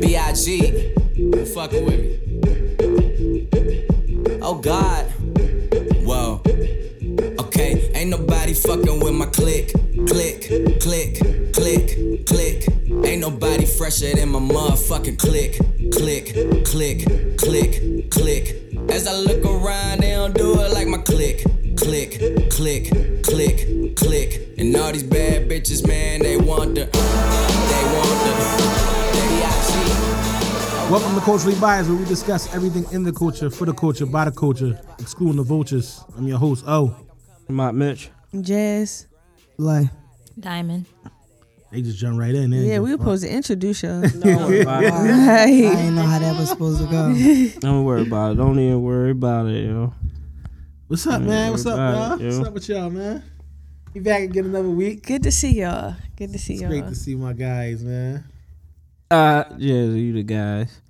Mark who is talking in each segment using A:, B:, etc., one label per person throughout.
A: B.I.G. You fucking with me. Oh God. Whoa. Okay, ain't nobody fucking with my click, click, click, click, click. Ain't nobody fresher than my motherfucking click, click, click, click, click. As I look around, they don't do it like my click, click, click, click, click. And all these bad bitches, man, they want the, they want the, they
B: Welcome to Culturally Biased, where we discuss everything in the culture, for the culture, by the culture, excluding the vultures. I'm your host, O.
C: Mike Mitch.
D: Jazz.
E: Like,
F: Diamond.
B: They just jump right in. didn't
D: Yeah,
B: they?
D: we were
B: Fuck.
D: supposed to introduce y'all.
C: Don't worry about it.
E: I
D: Right.
E: didn't know how that was supposed to go.
C: Don't worry about it. Don't even worry about it, yo.
B: What's up, man? What's up, y'all?
C: Everybody, yo.
B: What's up with y'all, man? Be back again another week.
D: Good to see y'all. Good to see
B: It's
D: y'all.
B: great to see my guys, man.
C: Uh, yeah, you the guys.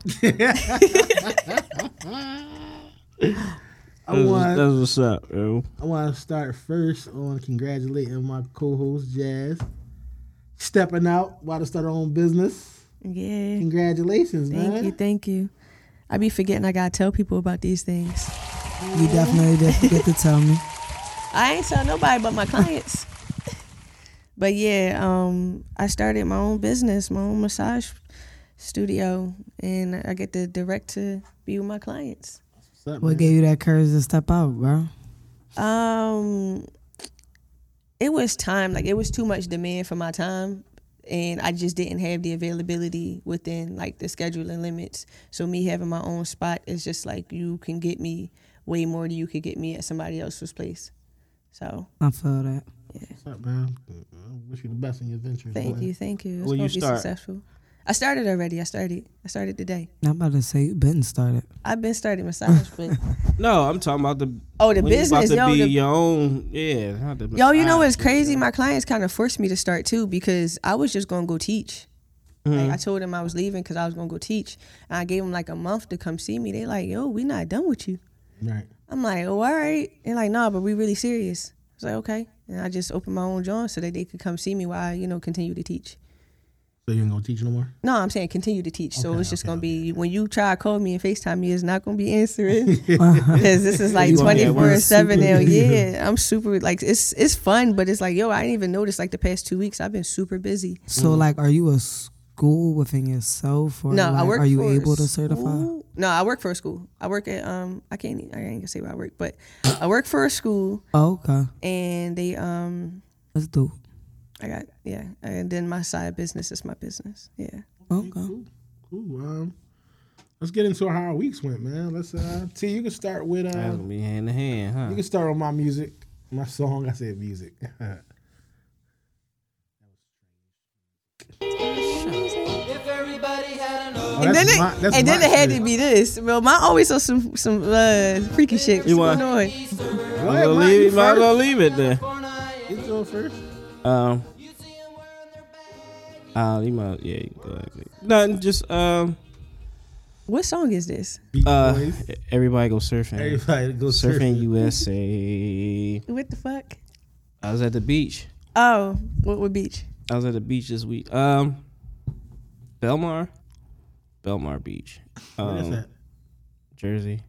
B: I
C: That's,
B: want
C: that's what's up, yo.
B: I want to start first on congratulating my co-host Jazz stepping out, about to start her own business.
D: yeah.
B: Congratulations,
D: Thank
B: man.
D: you. Thank you. I be forgetting I gotta tell people about these things.
E: You definitely did forget to tell me.
D: I ain't tell nobody but my clients. but yeah, um, I started my own business, my own massage studio, and I get to direct to be with my clients.
B: What's up,
E: What
B: man?
E: gave you that courage to step out, bro?
D: Um, it was time. Like it was too much demand for my time, and I just didn't have the availability within like the scheduling limits. So me having my own spot is just like you can get me way more than you could get me at somebody else's place. So
E: I feel that.
B: What's up, man? I wish you the best in your venture.
D: thank
B: man.
D: you, thank you. It's
C: When
D: gonna
C: you
D: be
C: start?
D: successful. I started already. I started. I started today.
E: I'm about to say you been started.
D: I've been starting massage, but
C: No, I'm talking about the
D: oh, the
C: when you
D: business,
C: about to
D: yo,
C: be
D: the
C: your own. Yeah, not the
D: Yo, you know what's
C: massage,
D: crazy? My clients kind of forced me to start too because I was just gonna go teach. Like
B: Mm-hmm.
D: I told them I was leaving because I was gonna go teach, and I gave them like a month to come see me. They like, yo, we not done with you.
B: Right.
D: I'm like, oh, all right. They're like, nah, but we really serious. I was like, okay, and I just opened my own joint so that they could come see me while I, you know, continue to teach.
B: So you ain't gonna teach no more?
D: No, I'm saying continue to teach. So it's just gonna be when you try to call me and Facetime me, it's not gonna be answering because this is like
C: You gonna be
D: twenty
C: at work.
D: four seven now. Yeah, I'm super like it's it's fun, but it's like yo, I didn't even notice like the past two weeks I've been super busy.
E: So, like, are you a school within yourself, or
D: No,
E: like,
D: I work.
E: are you
D: for a
E: able to certify?
D: school- No, I work for a school. I work at um I can't I ain't gonna say where I work, but I work for a school
E: Oh, okay,
D: and they um
E: that's dope.
D: I got yeah and then my side business is my business. Yeah.
E: Okay,
B: Cool. Um, let's get into how our weeks went, man. Let's uh, T. You can start with
C: That's
B: uh,
C: gonna be hand to hand, huh?
B: you can start on my music, my song. I said music. Oh,
D: and
B: that's
D: then it,
B: my- that's
D: and then
B: my
D: it had
B: shit.
D: to be this. Well, mine always on some some uh, freaky shit. What's
C: You want-
D: going on?
B: Go
C: I'm
B: ahead,
C: gonna
B: Mike,
C: leave
B: you
C: it. Might as
B: first.
C: well leave it there.
B: You go first.
C: Um. Uh, you might, yeah, you can go ahead. Nothing, just um,
D: What song is this?
B: Beat
C: uh,
B: Boys.
C: everybody go surfing.
B: Everybody go
C: Surfing
B: surfing.
C: USA.
D: What the fuck?
C: I was at the beach.
D: Oh, what would beach?
C: I was at the beach this week. Um, Belmar, Belmar Beach,
B: Where is
C: um,
B: that?
C: Jersey,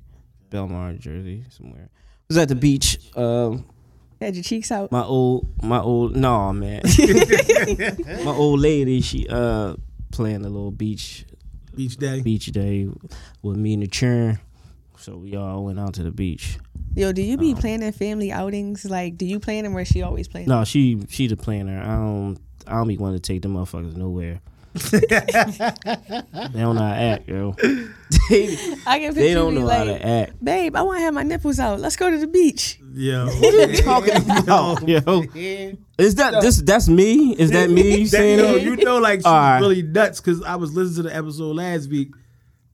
C: Belmar, Jersey, somewhere. I was at the beach. Um,
D: Had your cheeks out.
C: my old, my old, nah, man, my old lady. She uh playing a little beach
B: Beach Daddy.
C: beach day with me and the churn. So we all went out to the beach.
D: Yo, do you be planning family outings? Like, do you plan them where she always plans?
C: Oh. No, she she the planner. I don't I don't be wanting to take them motherfuckers nowhere. they don't know how to act, yo. they,
D: I can picture
C: they don't
D: you
C: know how
D: like,
C: to act.
D: babe. I want to have my nipples out. Let's go to the beach.
B: Yeah. What are you talking about?
C: Yo, is that this? That's me. Is that me saying
B: yo,
C: it? Oh,
B: you know, like she's
C: All right.
B: really nuts because I was listening to the episode last week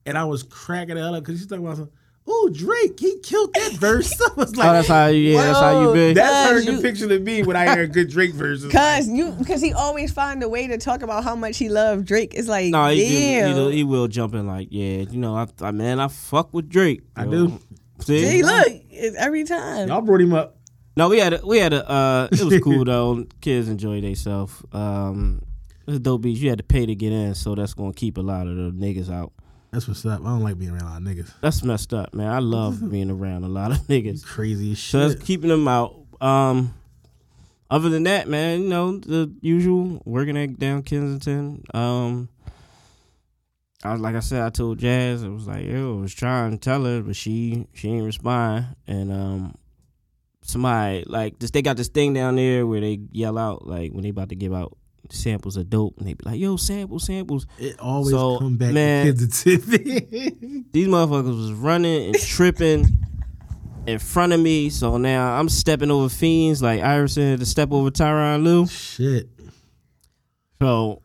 B: and I was cracking the hell up because she's talking about something. Oh, Drake, he killed that verse. I was like,
C: Oh, that's how you. Yeah, that's how you
B: "Whoa,
C: been.
B: That's her
D: Cuz you-
B: depiction of me when I hear a good Drake version.
D: Cause you, cause he always find a way to talk about how much he loved Drake. It's like,
C: No, he, do-
D: damn.
C: he, do- he will jump in like, yeah, you know, I, I man, I fuck with Drake.
B: I
C: yo.
B: do.
C: See,
D: See, look, it's every time.
B: Y'all brought him up.
C: No, we had a, we had a uh, it was cool though. Kids enjoyed themselves. Um, It's dope beats. You had to pay to get in, so that's gonna keep a lot of the niggas out.
B: That's what's up. I don't like being around a lot of niggas.
C: That's messed up, man. I love being around a lot of niggas.
B: Crazy as
C: So
B: shit.
C: that's keeping them out. Um, other than that, man, you know the usual working at down Kensington. Um, I like I said, I told Jazz, I was like, yo, I was trying to tell her, but she she ain't respond. And um, somebody like this, they got this thing down there where they yell out like when they about to give out samples of dope, and they be like, yo, samples, samples.
B: It always
C: So,
B: come back
C: man-
B: to kids and TV.
C: these motherfuckers was running and tripping in front of me. So now I'm stepping over fiends like Iverson had to step over Tyron Lou.
B: shit.
C: So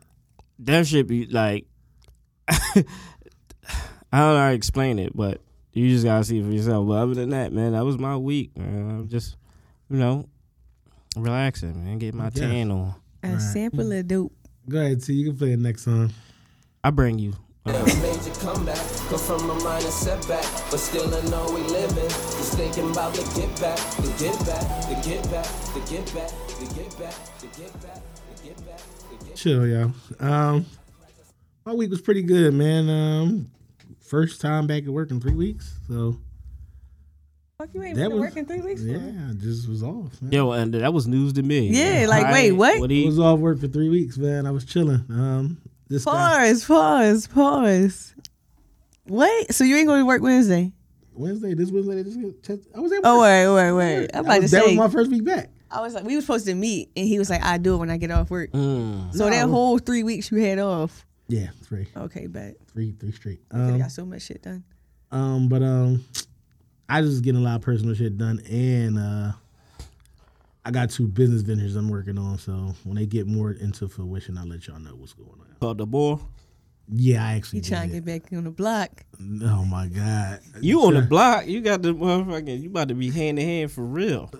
C: that should be like I don't know how to explain it, but you just gotta see for yourself. But other than that, man, that was my week, man. I'm just you know relaxing, man, getting my
B: Yeah.
C: tan on.
D: A sample of dope.
B: Go ahead, T. You can play the next song.
C: I bring you.
F: major comeback. Come from a minor setback, but still I know we living. Just thinking about the get back, the get back, the get back, the get back, the get back, the get back, the get back, the get back.
B: Chill, y'all. Um, my week was pretty good, man. Um, first time back at work in three weeks, so
D: Fuck you ain't
B: That
D: been
B: was-
D: working three weeks. for?
B: yeah, I just was off. Man.
C: Yo, and that was news to me.
D: Yeah, like, wait, what?
C: What
B: I
C: he
B: was off work for three weeks, man. I was chilling. Um, this guy,
D: Pause, pause, pause. What? So you ain't going to work Wednesday?
B: Wednesday, this Wednesday, this Wednesday, I was at work.
D: Oh wait, wait, wait. I'm about
B: that
D: to
B: was,
D: say.
B: that was my first week back.
D: I was like, we were supposed to meet, and he was like, I do it when I get off work.
C: mm.
D: So that
B: No.
D: whole three weeks you had off.
B: Yeah, three,
D: Okay, bet.
B: three, three straight.
D: Could
B: Um,
D: got so much shit done.
B: um, but um, I was just getting a lot of personal shit done, and uh, I got two business ventures I'm working on. So when they get more into fruition, I'll let y'all know what's going on.
C: called the boy.
B: Yeah, I actually
D: You trying to
B: did.
D: get back on the block?
B: Oh my god,
C: You on the block? You got the motherfucking. You about to be hand to hand for real.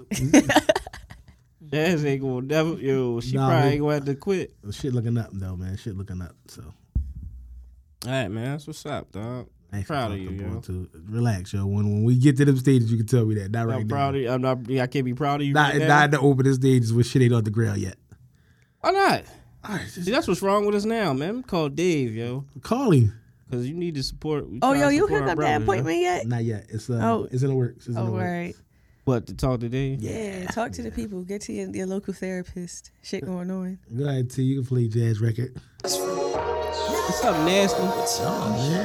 C: Jazz ain't gonna never. Yo, she
B: Nah,
C: probably
B: we-
C: ain't gonna have to quit.
B: shit looking up though, man. Shit looking up. So
C: All right, man. That's what's up, dog.
B: I ain't
C: Proud of
B: fucking
C: you, yo.
B: going To relax, yo. When when we get to them stages, you can tell me that. Not right
C: I'm
B: now.
C: proud of you. I'm not. yeah, I can't be proud of you.
B: Not
C: right now.
B: not the opening stages where shit ain't on the ground yet.
C: Why not?
B: All right,
C: See,
B: just
C: that's what's wrong with us now, man. Call Dave, yo,
B: call him.
C: because you need to support. we
D: Oh,
C: trying
D: yo,
C: to
D: you
C: support
D: hooked
C: our
D: up that
C: brothers, yo.
D: appointment yet?
B: Not yet. It's uh,
D: Oh.
B: it's in the works. It's in
D: Oh,
B: the works.
D: right.
C: What to talk to Dave?
D: Yeah, talk to the people. Get to your, your local therapist. Shit going on.
B: Go ahead, T. You can play jazz record.
C: What's up, nasty?
F: Yeah,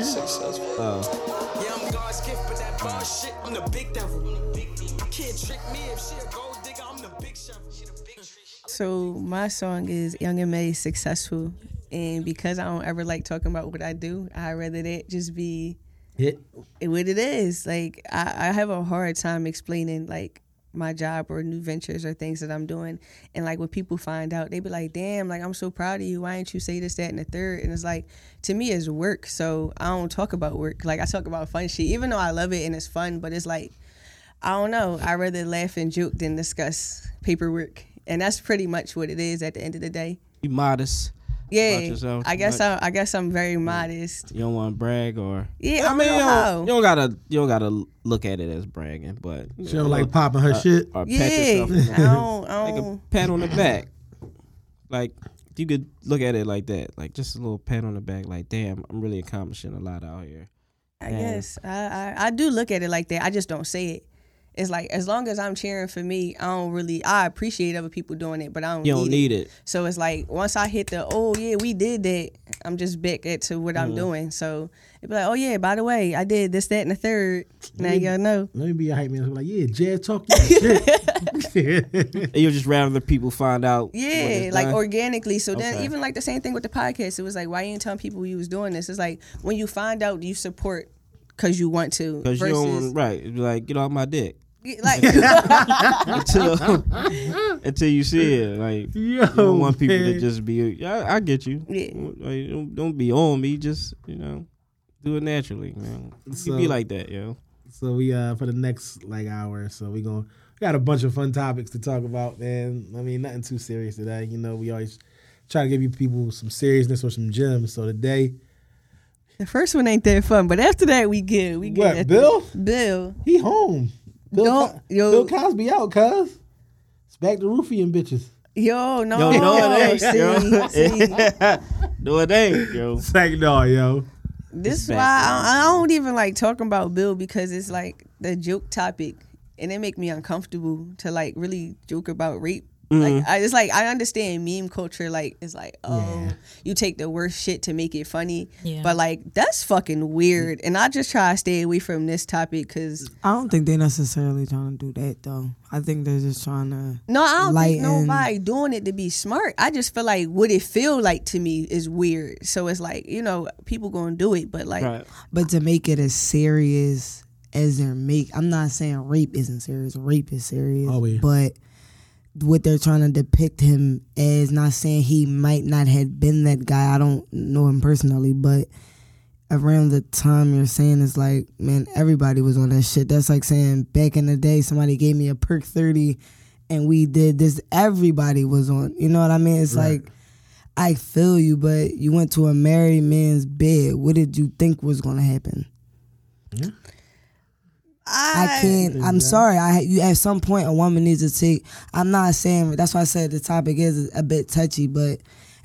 F: I'm God's gift, but that boss shit, I'm the big devil. Kid trick me if she a gold digger, I'm the big shovel. She the big tree.
D: So my song is Young and May Successful. And because I don't ever like talking about what I do, I'd rather that just be
B: Hit.
D: it- what it is. Like I, I have a hard time explaining like my job or new ventures or things that I'm doing. And like when people find out, they be like, damn, like I'm so proud of you. Why didn't you say this, that, and the third? And it's like, to me it's work. So I don't talk about work. Like I talk about fun shit. Even though I love it and it's fun, but it's like I don't know. I rather laugh and joke than discuss paperwork. And that's pretty much what it is at the end of the day.
C: You modest.
D: Yeah.
C: yourself
D: I
C: too
D: guess
C: much.
D: I I guess I'm very modest.
C: You don't want to brag or.
D: Yeah, I,
C: mean,
D: don't
C: you
D: know how.
C: don't, uh, you don't gotta. You don't gotta look at it as bragging, but
B: She don't like popping her shit.
C: or pat
D: Yeah,
C: yourself on the
D: I don't, I
C: like
D: don't.
C: a pat on the back. Like you could look at it like that, like just a little pat on the back. Like, damn, I'm really accomplishing a lot out here.
D: I guess I, I I do look at it like that. I just don't say it. It's like as long as I'm cheering for me, I don't really. I appreciate other people doing it, but I don't.
C: You don't
D: need it.
C: need it.
D: So it's like once I hit the oh yeah we did that, I'm just back at to what
C: Mm.
D: I'm doing. So it'd be like oh yeah by the way I did this that and the third. Now y'all know.
B: Let me be a hype man. I'm like, yeah, jazz talk your shit.
C: You'll just rather people find out. when
D: Yeah,
C: it's
D: like
C: done.
D: organically. So then
C: Okay.
D: even like the same thing with the podcast. It was like why you ain't telling people you was doing this? It's like when you find out you support because you want to
C: Cause
D: versus
C: you don't right. It'd be like get off my dick
D: like
C: until until you see it. Like
B: Yo,
C: you don't want people to
B: man.
C: just be. Yeah, I, I get you.
D: Yeah.
C: Like, don't, don't be on me. Just you know, do it naturally, man. you
B: So-
C: be like that, yo.
B: so we uh for the next like hour, or so we going we got a bunch of fun topics to talk about, man. I mean, nothing too serious today. You know, we always try to give you people some seriousness or some gems. So today,
D: the first one ain't that fun, but after that we good. We good.
B: What,
D: after-
B: Bill?
D: Bill.
B: he home. Bill,
D: Yo,
B: Co-
D: yo.
B: Bill Cosby out, cuz. It's back to roofing bitches.
D: Yo, no,
C: Yo, no, it ain't.
D: see,
C: yo.
D: see.
C: no, it ain't, yo.
B: It's like, no, yo.
D: This is
C: back
D: why I, I don't even like talking about Bill because it's like the joke topic, and it make me uncomfortable to like really joke about rape. Like I, it's like I understand meme culture. Like it's like oh, you take the worst shit to make it funny,
G: Yeah.
D: but like that's fucking weird. And I just try to stay away from this topic because
E: I don't think they're necessarily trying to do that though. I think they're just trying to.
D: no, I don't think
E: Lighten.
D: nobody doing it to be smart. I just feel like what it feel like to me is weird. So it's like you know people gonna do it, but like
C: Right.
E: But to make it as serious as they're make, I'm not saying rape isn't serious. Rape is serious.
B: Oh, yeah.
E: But what they're trying to depict him as, not saying he might not have been that guy. I don't know him personally, but around the time you're saying it's like, man, everybody was on that shit. That's like saying back in the day, somebody gave me a perk thirty, and we did this. Everybody was on. You know what I mean? It's like. I feel you, but you went to a married man's bed. What did you think was gonna happen? I can't. I'm sorry. I you at some point a woman needs to take. I'm not saying that's why I said the topic is a bit touchy, but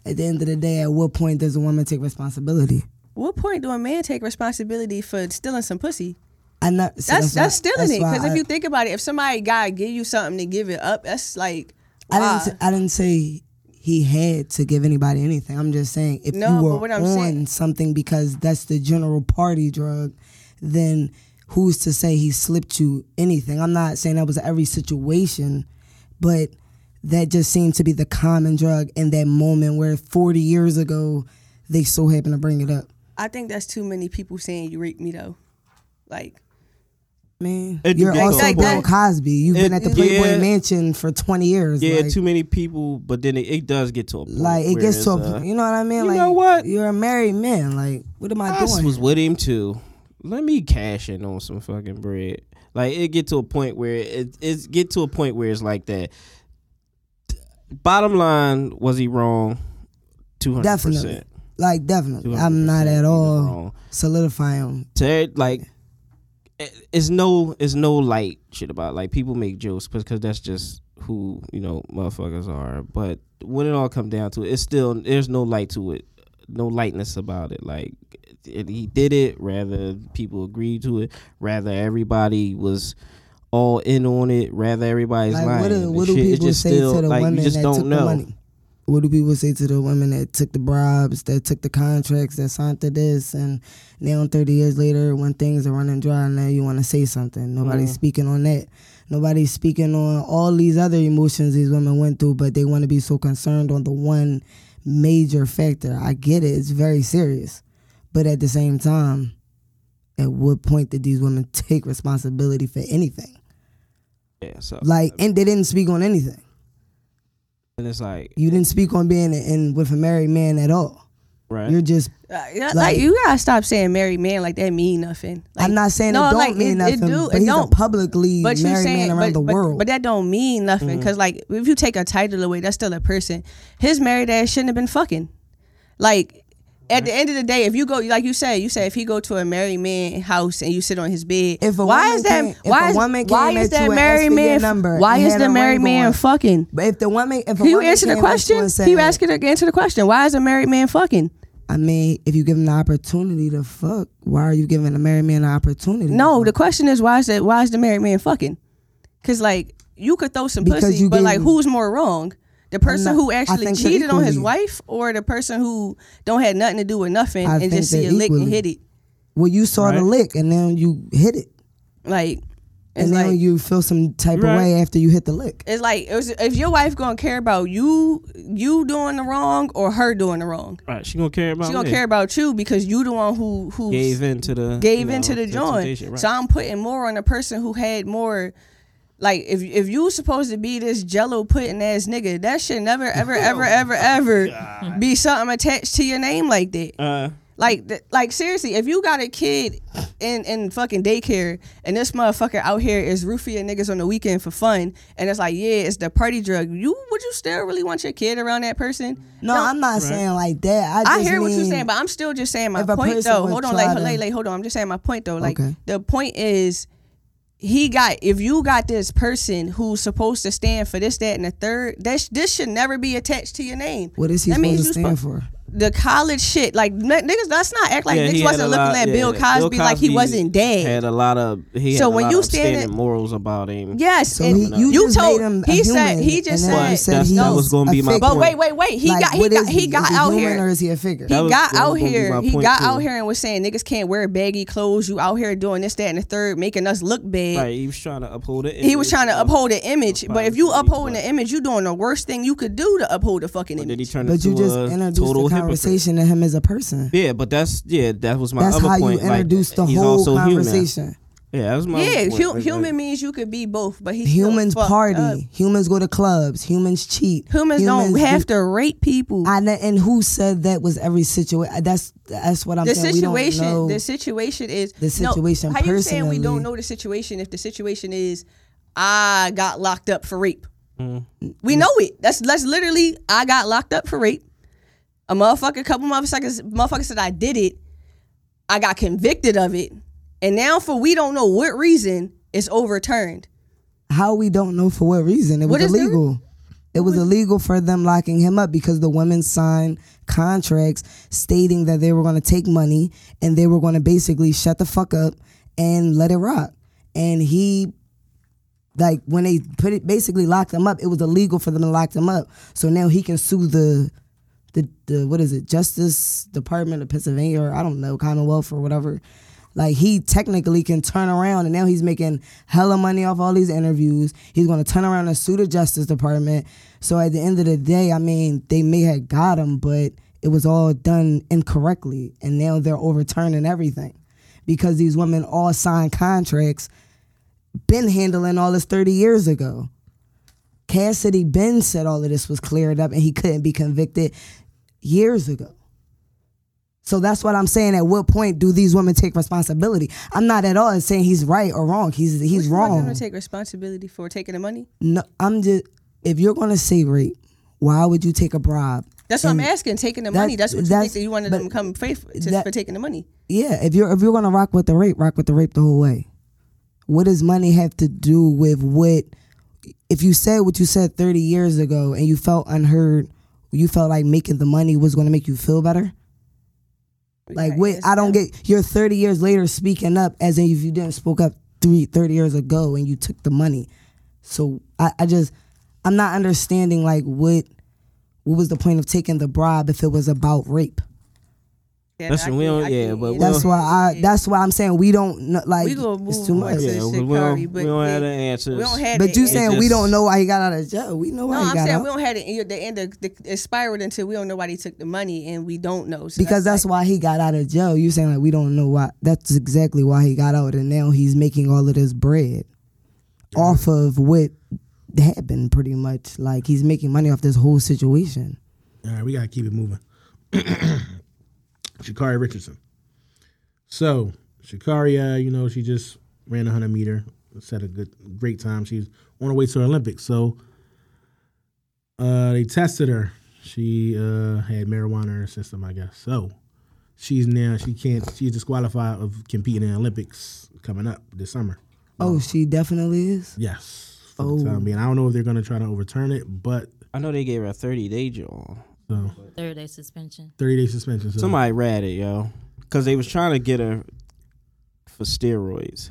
E: at the end of the day, at what point does a woman take responsibility?
D: what point do a man take responsibility for stealing some pussy?
E: I'm not. see,
D: That's that's,
E: why-
D: stealing it.
E: why
D: Because if
E: I-
D: you think about it, if somebody God give you something to give it up, that's like
E: I didn't.
D: why?
E: Say, I didn't say he had to give anybody anything. I'm just saying if
D: No,
E: you
D: but
E: were
D: what I'm
E: on
D: saying-
E: something because that's the general party drug, then who's to say he slipped you anything? I'm not saying that was every situation, but that just seemed to be the common drug in that moment where 40 years ago they so happened to bring it up.
D: I think that's too many people saying you raped me though. Like
E: Man,
C: It-
E: you're
C: it-
E: also
D: like
E: Bill
D: that-
E: Cosby. You've been
C: it-
E: at the Playboy
C: yeah.
E: Mansion for 20 years.
C: Yeah,
E: like-
C: too many people, but then it, it does get to a point.
E: Like it
C: where
E: gets to a
C: it's, uh,
E: point, you know what I mean?
C: you
E: like,
C: know what?
E: You're a married man. Like, what am I
C: I
E: doing?
C: was with him too. Let me cash in on some fucking bread. Like it get to a point where it it's get to a point where it's like that. Bottom line, was he wrong? Two hundred
E: definitely,
C: percent.
E: like definitely. I'm not at all
C: wrong.
E: solidifying.
C: To it, like, it- it's no it's no light shit about it. like people make jokes because that's just who you know motherfuckers are. But when it all come down to it, it's still there's no light to it, no lightness about it. Like it, he did it, rather people agreed to it, rather everybody was. All in on it, rather everybody's
E: Like,
C: lying.
E: what do,
C: and
E: what do
C: shit. It's
E: people
C: just
E: say
C: still,
E: to the
C: like, you
E: women that
C: just
E: took
C: don't
E: the
C: know.
E: money? What do people say to the women that took the bribes, that took the contracts, that signed to this, and now 30 years later, when things are running dry, now you want to say something.
C: Mm-hmm.
E: Nobody's speaking on that. Nobody's speaking on all these other emotions these women went through, but they want to be so concerned on the one major factor. I get it; it's very serious, but at the same time, at what point did these women take responsibility for anything?
C: Yeah, so
E: Like, and they didn't speak on anything.
C: and it's like
E: You didn't speak on being in with a married man at all.
C: right.
E: You're just.
D: uh, yeah, like,
E: Like-
D: you gotta stop saying married man like that mean nothing. Like,
E: I'm not saying
D: no,
E: it don't
D: like,
E: mean
D: it- it
E: nothing,
D: do- it
E: but he's
D: don't.
E: a publicly
D: but you
E: married
D: saying
E: man
D: but,
E: around the
D: but-
E: world. Mm-hmm.
D: but that don't mean nothing because like if you take a title away, that's still a person. His married ass shouldn't have been fucking. Like at the
E: Mm-hmm.
D: end of the day, if you go like you said, you said if he go to a married man house and you sit on his bed,
E: If a
D: why
E: woman
D: is that?
E: came- if
D: why
E: a
D: is,
E: woman
D: why
E: came
D: is
E: at
D: that
E: you and asked
D: married
E: for your
D: man?
E: number
D: why
E: and
D: is
E: had
D: the
E: a
D: married
E: ring
D: man
E: on.
D: fucking?
E: but if the woman, if a
D: Can you
E: woman
D: answer the
E: came up to you
D: question?
E: and
D: Can you
E: said-
D: ask it answer the question? Why is a married man fucking?
E: I mean, if you give him the opportunity to fuck, why are you giving a married man an opportunity?
D: No, the question is why is that? Why is the married man fucking? Because like you could throw some
E: Because
D: pussy,
E: you
D: but
E: gave-
D: like who's more wrong? The person
E: not-
D: who
E: I
D: actually
E: think they're
D: cheated on his
E: equally.
D: wife, or the person who don't had nothing to do with nothing
E: I
D: and just
E: think
D: see
E: they're
D: a lick and
E: equally.
D: hit it?
E: Well, you saw
C: Right.
E: the lick and then you hit it,
D: Like it's
E: and then
D: like
E: you feel some type
C: Right.
E: of way after you hit the lick.
D: it's like it was, if your wife gonna care about you, you doing the wrong or her doing the wrong,
C: right, she gonna care about.
D: she gonna
C: me.
D: care about you because you the one who who
C: Gave in to the
D: gave
C: you know,
D: into the joint.
C: temptation, right.
D: So I'm putting more on the person who had more. Like if if you supposed to be this jello pudding ass nigga, that should never
C: Oh
D: ever ever ever ever be something attached to your name like that.
C: Uh,
D: Like th- like seriously, if you got a kid in in fucking daycare and this motherfucker out here is roofing niggas on the weekend for fun, and it's like yeah, it's the party drug. You would you still really want your kid around that person?
E: No, I'm not saying like that. I,
D: I
E: just
D: hear what you're
E: mean-
D: saying, but I'm still just saying my
E: if a
D: point
E: person
D: though.
E: would
D: Hold on,
E: try
D: like,
E: to-
D: like, like, hold on. I'm just saying my point though. Like
E: Okay.
D: the point is, he got if you got this person who's supposed to stand for this, that, and the third, that this should never be attached to your name.
E: What is he
D: That means
E: supposed to
D: you
E: stand
D: spo-
E: for?
D: The college shit, like n- niggas, let's not act like
C: Yeah, he
D: niggas
C: had
D: wasn't
C: a
D: looking
C: lot-
D: at
C: yeah,
D: Bill Cosby, like he wasn't dead.
C: Had a lot of he
D: So
C: had a
D: when
C: lot
D: you
C: of
D: stand
C: standing
D: in-
C: morals about him.
D: Yes,
E: So
D: and
E: he, you, just
D: told
E: made him a
D: he said
E: human,
D: he just
E: and now you
D: said,
C: That's- that
E: he's
C: was gonna
E: a
C: be my
E: figure.
D: but wait, wait, wait, he
E: Like,
D: got he
E: what
D: got
E: is
D: he got
E: is
D: out
E: human
D: here.
E: or is he a figure?
D: he
C: That was- that
D: got
C: was
D: out
C: gonna be
D: here.
C: my
D: He
C: point,
D: got
C: too.
D: out here and was saying niggas can't wear baggy clothes. You out here doing this, that, and the third, making us look bad.
C: Like he was trying to uphold it.
D: He was trying to uphold the image, but if you
C: probably
D: upholding
C: what-
D: the image, you doing the worst thing you could do to uphold the fucking
C: But then he
D: image.
C: turned
E: but
C: into
E: you just
C: a
E: introduced
C: total
E: the
C: hypocrite.
E: conversation to him as a person.
C: Yeah, but that's yeah, that was my
E: That's
C: other
E: how
C: point.
E: you introduce
C: like,
E: the
C: he's
E: whole
C: also
E: conversation.
C: Human. Yeah, that was my
D: Yeah,
C: other point.
D: hu-
C: Like,
D: human
C: like,
D: means you could be both, but he's still
E: Humans
D: fucked
E: party.
D: up.
E: Humans go to clubs. Humans cheat.
D: Humans, don't
E: do-
D: have to rape people.
E: I know, and who said that was every situation? That's that's what I'm
D: the
E: saying. we
D: situation,
E: don't know.
D: the situation is
E: the situation
D: No, how you saying we
E: personally.
D: don't know the situation if the situation is I got locked up for rape?
E: Mm.
D: We know it. That's that's literally I got locked up for rape. A motherfucker, couple motherfuckers, motherfuckers said I did it. I got convicted of it, and now for we don't know what reason it's overturned.
E: How we don't know for what reason? It
D: What
E: was
D: is there?
E: illegal. It was illegal for them locking him up because the women signed contracts stating that they were going to take money and they were going to basically shut the fuck up and let it rock. And he like when they put it basically locked them up, it was illegal for them to lock them up. So now he can sue the the, the what is it, Justice Department of Pennsylvania or I don't know, Commonwealth or whatever. Like he technically can turn around and now he's making hella money off all these interviews. He's gonna turn around and sue the Justice Department. So at the end of the day, I mean, they may have got him, but it was all done incorrectly and now they're overturning everything. Because these women all signed contracts been handling all this 30 years ago. Cassidy Ben said all of this was cleared up and he couldn't be convicted years ago. So that's what I'm saying. At what point do these women take responsibility? I'm not at all saying he's right or wrong. He's he's
D: I'm
E: wrong.
D: gonna take responsibility for taking the money.
E: No, I'm just if you're gonna say rape, why would you take a bribe?
D: That's what
E: And-
D: I'm asking. Taking the
E: that's-
D: money. That's what you
E: that's-
D: think that you wanted
E: but
D: them to come faithful to,
E: that-
D: for taking the money.
E: Yeah, if you're if you're gonna rock with the rape, rock with the rape the whole way. What does money have to do with what? If you said what you said 30 years ago and you felt unheard, you felt like making the money was gonna make you feel better. Like
D: Right,
E: wait,
D: it's
E: I don't
D: them.
E: get you're 30 years later speaking up as if you didn't spoke up three 30 years ago and you took the money. So I, I just I'm not understanding like what what was the point of taking the bribe if it was about rape.
D: Yeah,
C: Listen,
D: I
C: we
D: can't-
C: don't-
D: I
C: yeah,
D: can't
C: but
D: answer
C: we
E: That's
D: that.
E: why I. That's why I'm saying we don't know, like.
D: we gonna move
E: it's too
D: on
E: much.
D: to
C: Yeah, we
D: Shikari,
C: don't-
D: but
C: we don't have
D: the-
C: the answers.
D: We don't have
E: But
D: the
E: you
D: answers.
E: saying we
C: just-
E: don't know why he got out of jail? We know why
D: No,
E: he
D: I'm
E: got
D: saying
E: out
D: we don't have the, the end of the, it spiraled until we don't know why they took the money and we don't know. So
E: because that's
D: like-
E: why he got out of jail. You saying like we don't know why? That's exactly why he got out, and now he's making all of this bread off of what happened. Pretty much, like he's making money off this whole situation.
B: All right, we gotta keep it moving. Shakari Richardson. So Shakari, uh, you know, she just ran a hundred meter, set a good, great time. She's on her way to the Olympics. So uh, they tested her. She uh, had marijuana in her system, I guess. So she's now she can't. She's disqualified of competing in the Olympics coming up this summer.
E: Oh, she definitely is.
B: Yes. For the
E: Oh.
B: time being, I don't know if they're gonna try to overturn it, but
C: I know they gave her a thirty day jail.
B: so
G: Third day suspension.
B: thirty day suspension. So
C: Somebody ratted yo, because they was trying to get her for steroids.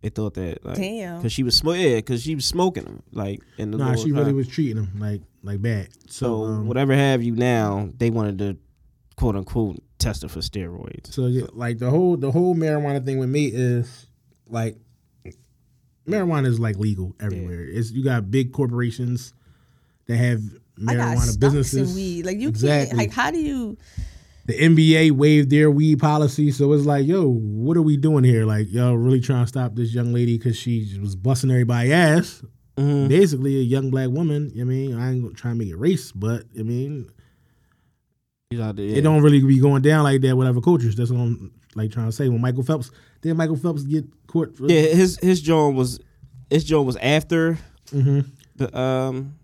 C: They thought that like
D: Damn.
C: because she was smoking, yeah, because she was smoking them like in the
B: Nah,
C: little
B: she really
C: car.
B: was treating him like like bad. So,
C: So
B: um,
C: whatever have you now, they wanted to quote unquote test her for steroids.
B: So yeah, like the whole the whole marijuana thing with me is like marijuana is like legal everywhere. It's you got big corporations that have
D: I got
B: marijuana
D: stocks
B: businesses.
D: and weed. Like you
B: Exactly.
D: can't. Like how do you?
B: the NBA waived their weed policy, so it's like, yo, what are we doing here? Like, y'all really trying to stop this young lady because she was busting everybody's ass.
C: Mm-hmm.
B: Basically, a young black woman. I mean, I ain't gonna try to make it race, but I mean,
C: She's out there,
B: it don't really be going down like that with other cultures. That's what I'm like trying to say. When Michael Phelps, did Michael Phelps get caught? For,
C: Yeah, his his joint was his joint was after
B: Mm-hmm.
C: the um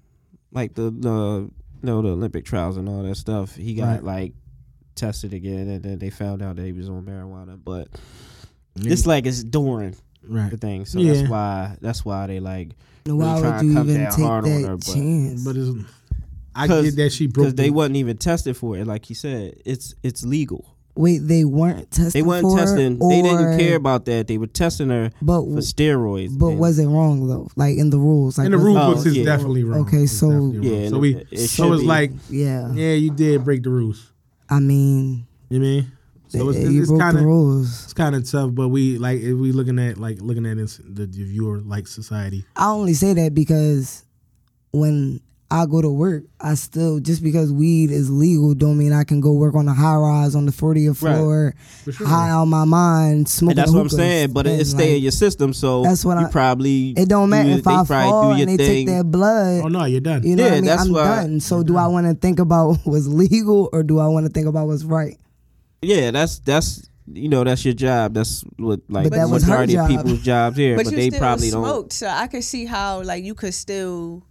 C: like the the you know, the Olympic trials and all that stuff. He got
B: Right.
C: like tested again and then they found out that he was on marijuana. But it's like it's during
B: Right.
C: the thing. So
B: Yeah.
C: that's why that's why they like
E: Why
C: really try
E: would
C: to
E: you
C: come
E: even
C: down
E: take
C: hard on her.
E: that
C: But
E: chance?
B: But it's, I
C: 'Cause-
B: get that she broke.
C: because they
B: the-
C: wasn't even tested for it, like you said, it's it's legal.
E: Wait, they weren't testing.
C: They weren't
E: for her,
C: testing. They
E: or-
C: didn't care about that. They were testing her
E: But
C: for steroids.
E: but
C: and-
E: was it wrong though? Like in the rules, like
B: in the
E: was-
B: rule
C: Oh,
B: books is
C: yeah.
B: definitely wrong.
E: Okay,
B: It's
E: so-
B: definitely
C: Yeah,
B: wrong.
C: and
B: so we
C: it- it
B: so
C: should
B: it's
C: be.
B: like
E: Yeah.
B: yeah, you did break the rules.
E: I mean,
B: You mean? So it's,
E: eh, you
B: it's,
E: broke
B: kind
E: the
B: of
E: rules.
B: it's kind of tough, but we like if we looking at like looking at this, the, the viewer like society.
E: I only say that because when I go to work, I still just because weed is legal don't mean I can go work on the high rise on the 40th
C: Right.
E: floor,
B: sure.
E: high on my mind, smoking.
C: And that's what I'm
E: hookahs.
C: saying. But it, it
E: And,
C: stay
E: like,
C: in your system, so
E: That's what
C: you
E: I-
C: probably
E: It don't matter
C: do-
E: if
C: they
E: I
C: probably
E: fall
C: do your
E: and they
C: thing.
E: take that blood.
B: Oh no, you're done.
E: You know what
C: Yeah,
E: I mean?
C: that's
E: I'm
C: why-
E: done. So do I want to think about what's legal or do I want to think about what's right?
C: Yeah, that's that's you know that's your job. That's what like
E: But that
C: the
E: was her
C: majority of
E: job.
C: people's jobs here,
D: but,
C: but,
D: you
C: they
D: still
C: probably
D: smoked, so I could see how like you could still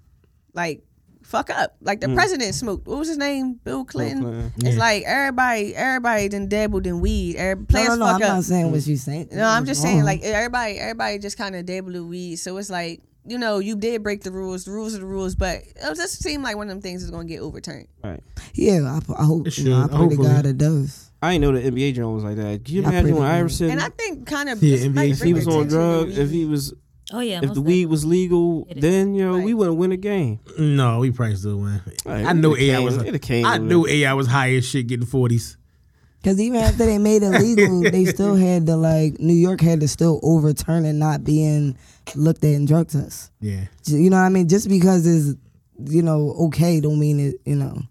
D: like fuck up. Like the president smoked. What was his name? Bill Clinton.
C: Mm. Clinton.
D: It's like everybody, everybody then dabbled in weed. Every, players
E: no, no, no.
D: fuck
E: I'm
D: up.
E: not saying what you saying.
D: No, I'm
E: It's
D: just saying
E: wrong.
D: like everybody, everybody just kind of dabbled in weed. So it's like you know you did break the rules. The rules are the rules, but it just seemed like one of them things is gonna get overturned.
C: don't. Right.
E: yeah, I, I hope.
B: It
E: you know, I
B: should,
E: pray to
B: hopefully.
E: God it does.
C: I ain't know the NBA joint was like that. Can you
E: Yeah, I
C: imagine
E: pretty
C: when
E: good.
C: Iverson,
D: And I think kind of
B: Yeah,
D: this
B: NBA if
D: might
C: if he
D: bring
C: was on
D: attention to
C: drugs, if
D: weed.
C: he was,
G: Oh yeah.
C: if
G: most
C: the weed was legal,
G: It is.
C: then you know we
D: Right.
C: wouldn't win a game.
B: No, we probably still win.
C: Like,
B: I knew
C: it'd have
B: AI was.
C: came- it'd have came
B: I
C: with
B: knew AI was high as shit, getting forties.
E: Because even after they made it legal, they still had to like New York had to still overturn it not being looked at in drug tests.
B: Yeah,
E: J- You know what I mean? Just because it's you know okay, don't mean it. You know,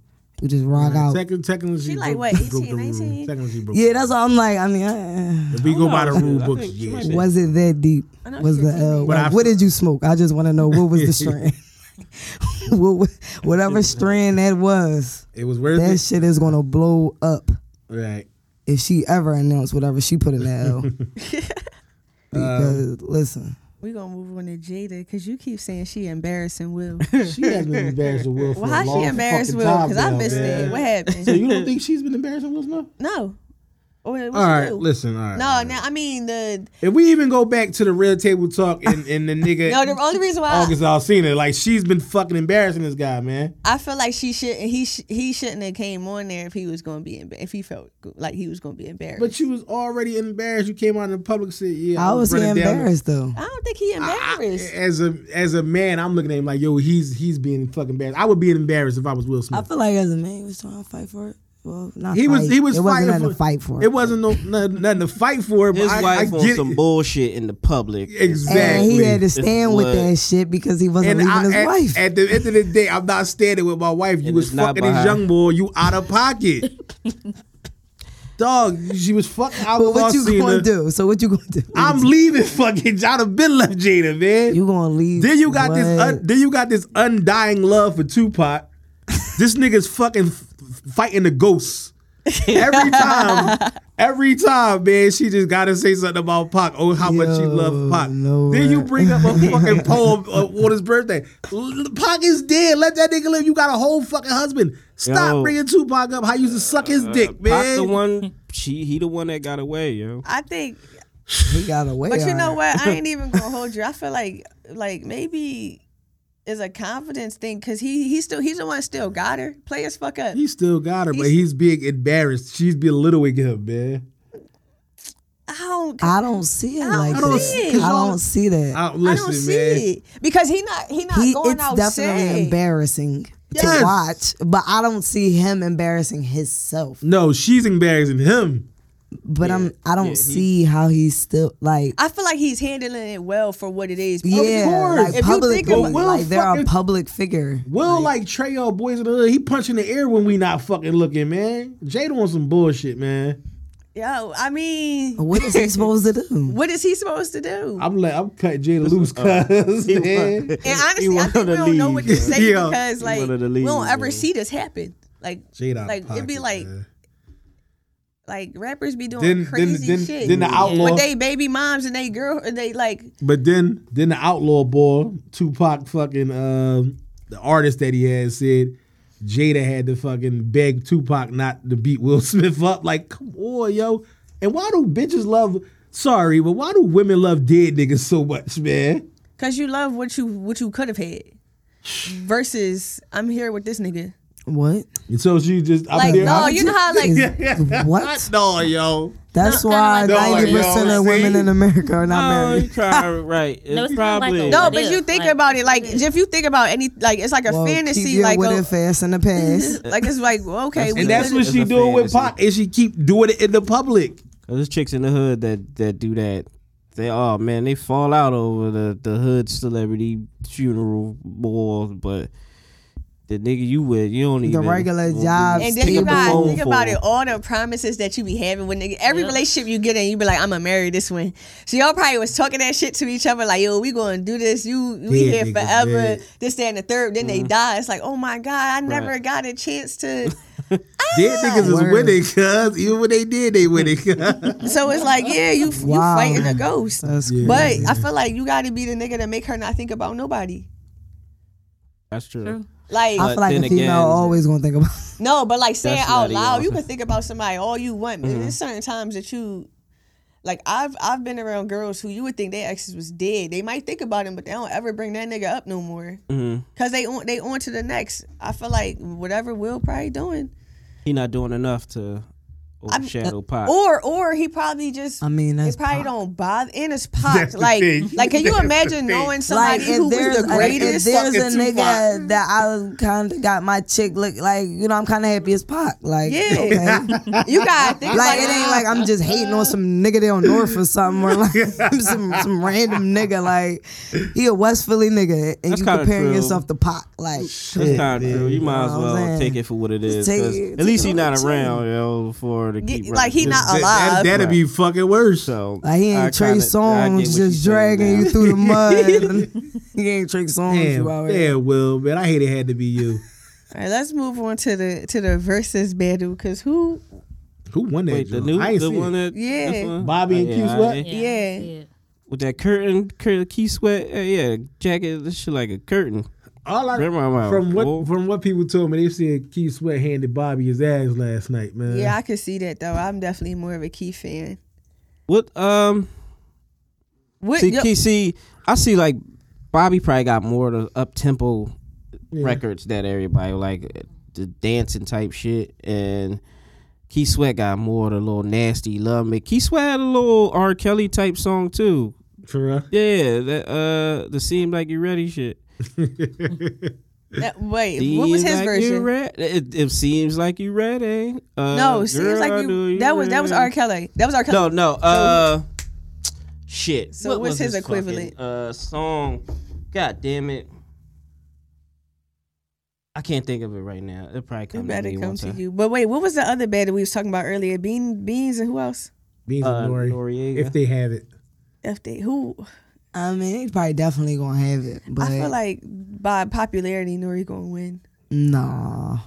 E: we just rock out.
B: Techn- technically,
D: She
B: broke-
D: like, what,
B: broke the
D: 18,
B: rule.
D: 19?
B: Technically, she broke
E: Yeah, that's what I'm like. I mean, uh,
B: If we go by the
C: I
B: rule
C: think
B: books,
C: she might
B: yeah.
C: be-
E: was it that deep?
D: I know
E: Was
D: she
E: the
D: a
E: L?
D: TV.
E: like,
B: I've-
E: what did you smoke? I just want to know what was the strand. What wa- Whatever strand that was,
B: It was worth
E: that
B: it.
E: shit is gonna blow up
B: right.
E: if she ever announced whatever she put in that L.
B: Um,
E: because listen,
D: We gonna move on to Jada because you keep saying she embarrassing Will.
B: She has been embarrassing Will for
D: well,
B: a
D: how
B: long
D: she embarrassed
B: fucking
D: Will?
B: time
D: Because I
B: now,
D: missed
B: man.
D: it. What
B: So
D: happened?
B: you don't think she's been embarrassing Will Smith?
D: no. What, what
B: All right,
D: do?
B: listen. All right.
D: No, now I mean the
B: If we even go back to the real table talk and, and the nigga
D: no. The only reason why
B: August Alsina, like she's been fucking embarrassing this guy, man.
D: I feel like she should not he sh- he shouldn't have came on there if he was going to be embar- if he felt go- like he was going to be embarrassed.
B: But you was already embarrassed. You came out in the public and said, "Yeah,
E: I was
B: running down the-
E: embarrassed though.
D: I don't think he embarrassed.
B: As a as a man, I'm looking at him like, yo, he's he's being fucking embarrassed. I would be embarrassed if I was Will
E: I
B: Smith.
E: feel like as a man, he was trying to fight for it. Well, not
B: He was
E: fight.
B: he was
E: it
B: fighting
E: wasn't nothing
B: for
E: to fight for.
B: It wasn't no nothing, nothing to fight for. But
C: His
B: I,
C: wife
B: I
C: on
B: get
C: some
B: it.
C: bullshit in the public.
B: Exactly.
E: And he had to
C: It's
E: stand with
C: what-
E: that shit because he wasn't
B: And
E: leaving
B: I,
E: his
B: at,
E: wife.
B: at the end of the day, I'm not standing with my wife. You
C: And
B: was
C: it's not
B: fucking this
C: behind-
B: young boy. You out of pocket, dog. She was fucking out
E: but
B: of
E: what you gonna
B: pocket.
E: do? So what you gonna do?
B: I'm leaving. Fucking, I'd have been left Jada, man.
E: you gonna leave?
B: Then you got this.
E: what?
B: Un, then you got this undying love for Tupac. this nigga's fucking f- fighting the ghosts every time. Every time, man, she just gotta say something about Pac. Oh, how much she
E: Yo,
B: loved Pac.
E: Lord.
B: Then you bring up a fucking poem of- on his birthday. L- Pac is dead. Let that nigga live. You got a whole fucking husband. Stop
C: Yo. Uh,
B: bringing Tupac up. How you used to suck his dick,
C: Pac
B: man.
C: the one, she he the one that got away, yo.
D: I think,
E: he got away.
D: but you
E: all
D: know
E: right.
D: what? I ain't even going to hold you. I feel like like maybe it's a confidence thing because he he still he's the one that still got her. Players fuck up.
B: He still got her, but
D: He's-
B: he's being embarrassed. She's belittling him, man.
D: I don't.
E: I don't see it
D: don't
E: like
D: see
E: that.
D: it. 'Cause
E: I
B: y'all-
E: don't see that.
B: I, listen,
D: I don't see
B: man.
D: it because he not he not
E: he,
D: going
E: it's
D: out
E: definitely
D: sad.
E: embarrassing
B: Yes.
E: to watch, but I don't see him embarrassing himself.
B: No, she's embarrassing him.
E: But I'm I don't
C: Yeah, he-
E: see how he's still like.
D: I feel like he's handling it well for what it is. Oh,
E: yeah,
B: course.
E: like
D: If you
E: public,
D: think about-
E: like,
B: Will
E: like they're a
B: fucking-
E: public figure.
B: Will like, Trey old boys in the hood. He punching the air when we not fucking looking, man. Jada on some bullshit, man.
D: Yo, I mean,
E: What is he supposed to do?
D: what is he supposed to do?
B: I'm like, I'm cutting Jada loose, cuz. man.
D: And
C: He
D: honestly, I
C: wanted
D: think we
C: to
D: don't know what to
B: leave.
D: say
B: Yeah.
D: because
C: He
D: like
C: wanted to
D: we
C: leave,
D: don't ever
C: yeah.
D: see this happen. Like
B: Jada out of
D: like it'd be
B: pocket,
D: like
B: man.
D: like rappers be doing
B: Then- then-
D: crazy
B: then-
D: shit.
B: then the outlaw-
D: But they baby moms and they girl and they like
B: But then then the outlaw boy, Tupac fucking um the artist that he had said Jada had to fucking beg Tupac not to beat Will Smith up. Like, come on, yo. And why do bitches love Sorry, but why do women love dead niggas so much, man?
D: Cause you love what you what you could have had. Versus I'm here with this nigga.
E: What?
B: So she just I'm
D: Like
B: there.
D: no,
B: I'm-
D: you know how like
E: what?
B: no, yo.
E: That's
G: No,
E: why
G: kinda like-
E: ninety percent
B: No,
E: of
B: yo,
E: women
B: see?
E: in America are not
C: Oh,
E: married.
C: you probably right. It's,
G: No, it's not like
C: probably
G: a-
D: no,
G: What
D: but
G: if,
D: you think
G: like-
D: about it like if you think about any like it's like a
E: Well, keep
D: fantasy
E: your
D: like oh.
E: what
D: a-
E: if ass in the past.
D: like it's like well, okay we
B: And that's
D: could-
B: what
C: It's
B: she
C: a
B: doing with
C: fantasy.
B: Pac, and she keep doing it in the public.
C: Cause there's chicks in the hood that that do that. They oh man, they fall out over the the hood celebrity funeral ball, but the nigga you with, you don't
E: The
C: even
E: regular job
D: And
E: And
D: then
E: Stay
D: you got
E: alone
D: think about it, all the promises that you be having with nigga. Every
G: Yep.
D: relationship you get in, you be like, "I'ma marry this one." So y'all probably was talking that shit to each other, like, "Yo, we gonna do this. You we
B: Yeah,
D: here
B: niggas,
D: forever."
B: yeah.
D: This, that, and the third. Then they
G: Mm-hmm.
D: die. It's like, oh my god, I never got a chance to.
B: Dead
D: Ah,
B: niggas is
E: Word.
B: winning, cuz even when they did, they winning. cuz.
D: so it's like, yeah, you you
E: Wow.
D: fighting a ghost.
E: That's
B: Yeah.
D: But I feel like you got to be the nigga to make her not think about nobody.
C: That's true.
G: True.
D: Like
E: I
C: But
E: feel like
C: then
E: a female
C: again-
E: always gonna think about.
D: No, but like saying
C: That's
D: out
C: nutty
D: loud, you
C: also.
D: can think about somebody all you want, but
E: Mm-hmm.
D: there's certain times that you like I've I've been around girls who you would think their exes was dead. They might think about him, but they don't ever bring that nigga up no more.
C: Mhm.
D: Cause they on they on to the next. I feel like whatever Will probably doing.
C: He not doing enough to
D: I'm-
C: overshadow pop.
D: Or or he probably just
E: I mean,
D: they
E: that's
D: probably
E: pop.
D: don't bother and it's pop.
B: That's the
D: Like
B: thing.
D: like can you
B: That's the
D: imagine
B: thing.
D: knowing somebody who was the
E: a-
D: greatest?
E: if there's a
B: fucking
E: nigga that I kind of got my chick look like, you know, I'm kind of happy as Pac. Like,
D: Yeah.
E: okay.
D: you gotta think about
E: Like it ain't like I'm just hating on some nigga down north or something or like some some random nigga like he a West Philly nigga and
C: That's
E: you
C: kinda
E: comparing
C: true.
E: yourself to Pac like
C: That's not true. You might as
E: know what I'm
C: well
E: saying?
C: take it for what it is.
E: take
C: 'cause
E: it-
C: at least he
E: take it
C: not
E: on the
C: around, yo, for to
D: Yeah,
C: keep
D: like, he
C: running.
D: not
B: That- that-
D: alive.
B: That'd be fucking worse.
C: So
E: like he
C: I
E: ain't Trey
C: kinda- I get what
E: Songz
C: you're saying
E: just dragging
C: now.
E: you through the mud. he ain't Trey Songz
B: Damn,
E: you out here.
B: damn, Will, man. I hate it had to be you.
D: All right, let's move on to the to the versus battle because who
B: Who won that?
C: Wait, the
B: joint?
C: new
B: I ain't
C: the
B: seen
C: one
B: it.
C: that
D: Yeah.
C: this one?
B: Bobby and
C: yeah,
B: Q
C: I
B: Sweat?
C: ain't-
D: Yeah.
G: yeah.
C: with that curtain, cur- key sweat, uh, yeah, jacket. This shit like a curtain.
B: All I,
C: Remember my mouth.
B: from what
C: Whoa.
B: from what people told me, they said Keith Sweat handed Bobby his ass last night, man.
D: Yeah, I could see that though. I'm definitely more of a Key fan.
C: What um
D: What,
C: see
D: yo-
C: key, see I see like Bobby probably got more of the up tempo
B: Yeah.
C: records that everybody like uh, the dancing type shit and Key Sweat got more of the little nasty love me. Key Sweat had a little R. Kelly type song too.
B: For real.
C: Yeah, that uh the seem like you ready shit.
D: that- wait, what was
C: Seems
D: his
C: like you
D: version?
C: re- it, it seems like you ready. Uh,
D: no, seems
C: girl, I
D: like
C: know
D: you. That was that was
C: ready.
D: R. Kelly. That was R. Kelly.
C: No, no. Uh, shit.
D: So what's his equivalent?
C: fucking, uh, song. God damn it. I can't think of it right now. It probably
D: it
C: come to
D: better
C: me
D: come
C: one
D: to
C: time.
D: you. But wait, what was the other battle we was talking about earlier? Bean, beans, and who else?
B: Beans
C: Uh,
B: and Nori,
C: Noriega.
B: if they have it.
D: If they who?
E: I mean, he probably definitely gonna have it, but
D: I feel like by popularity, Nori gonna win.
E: nah.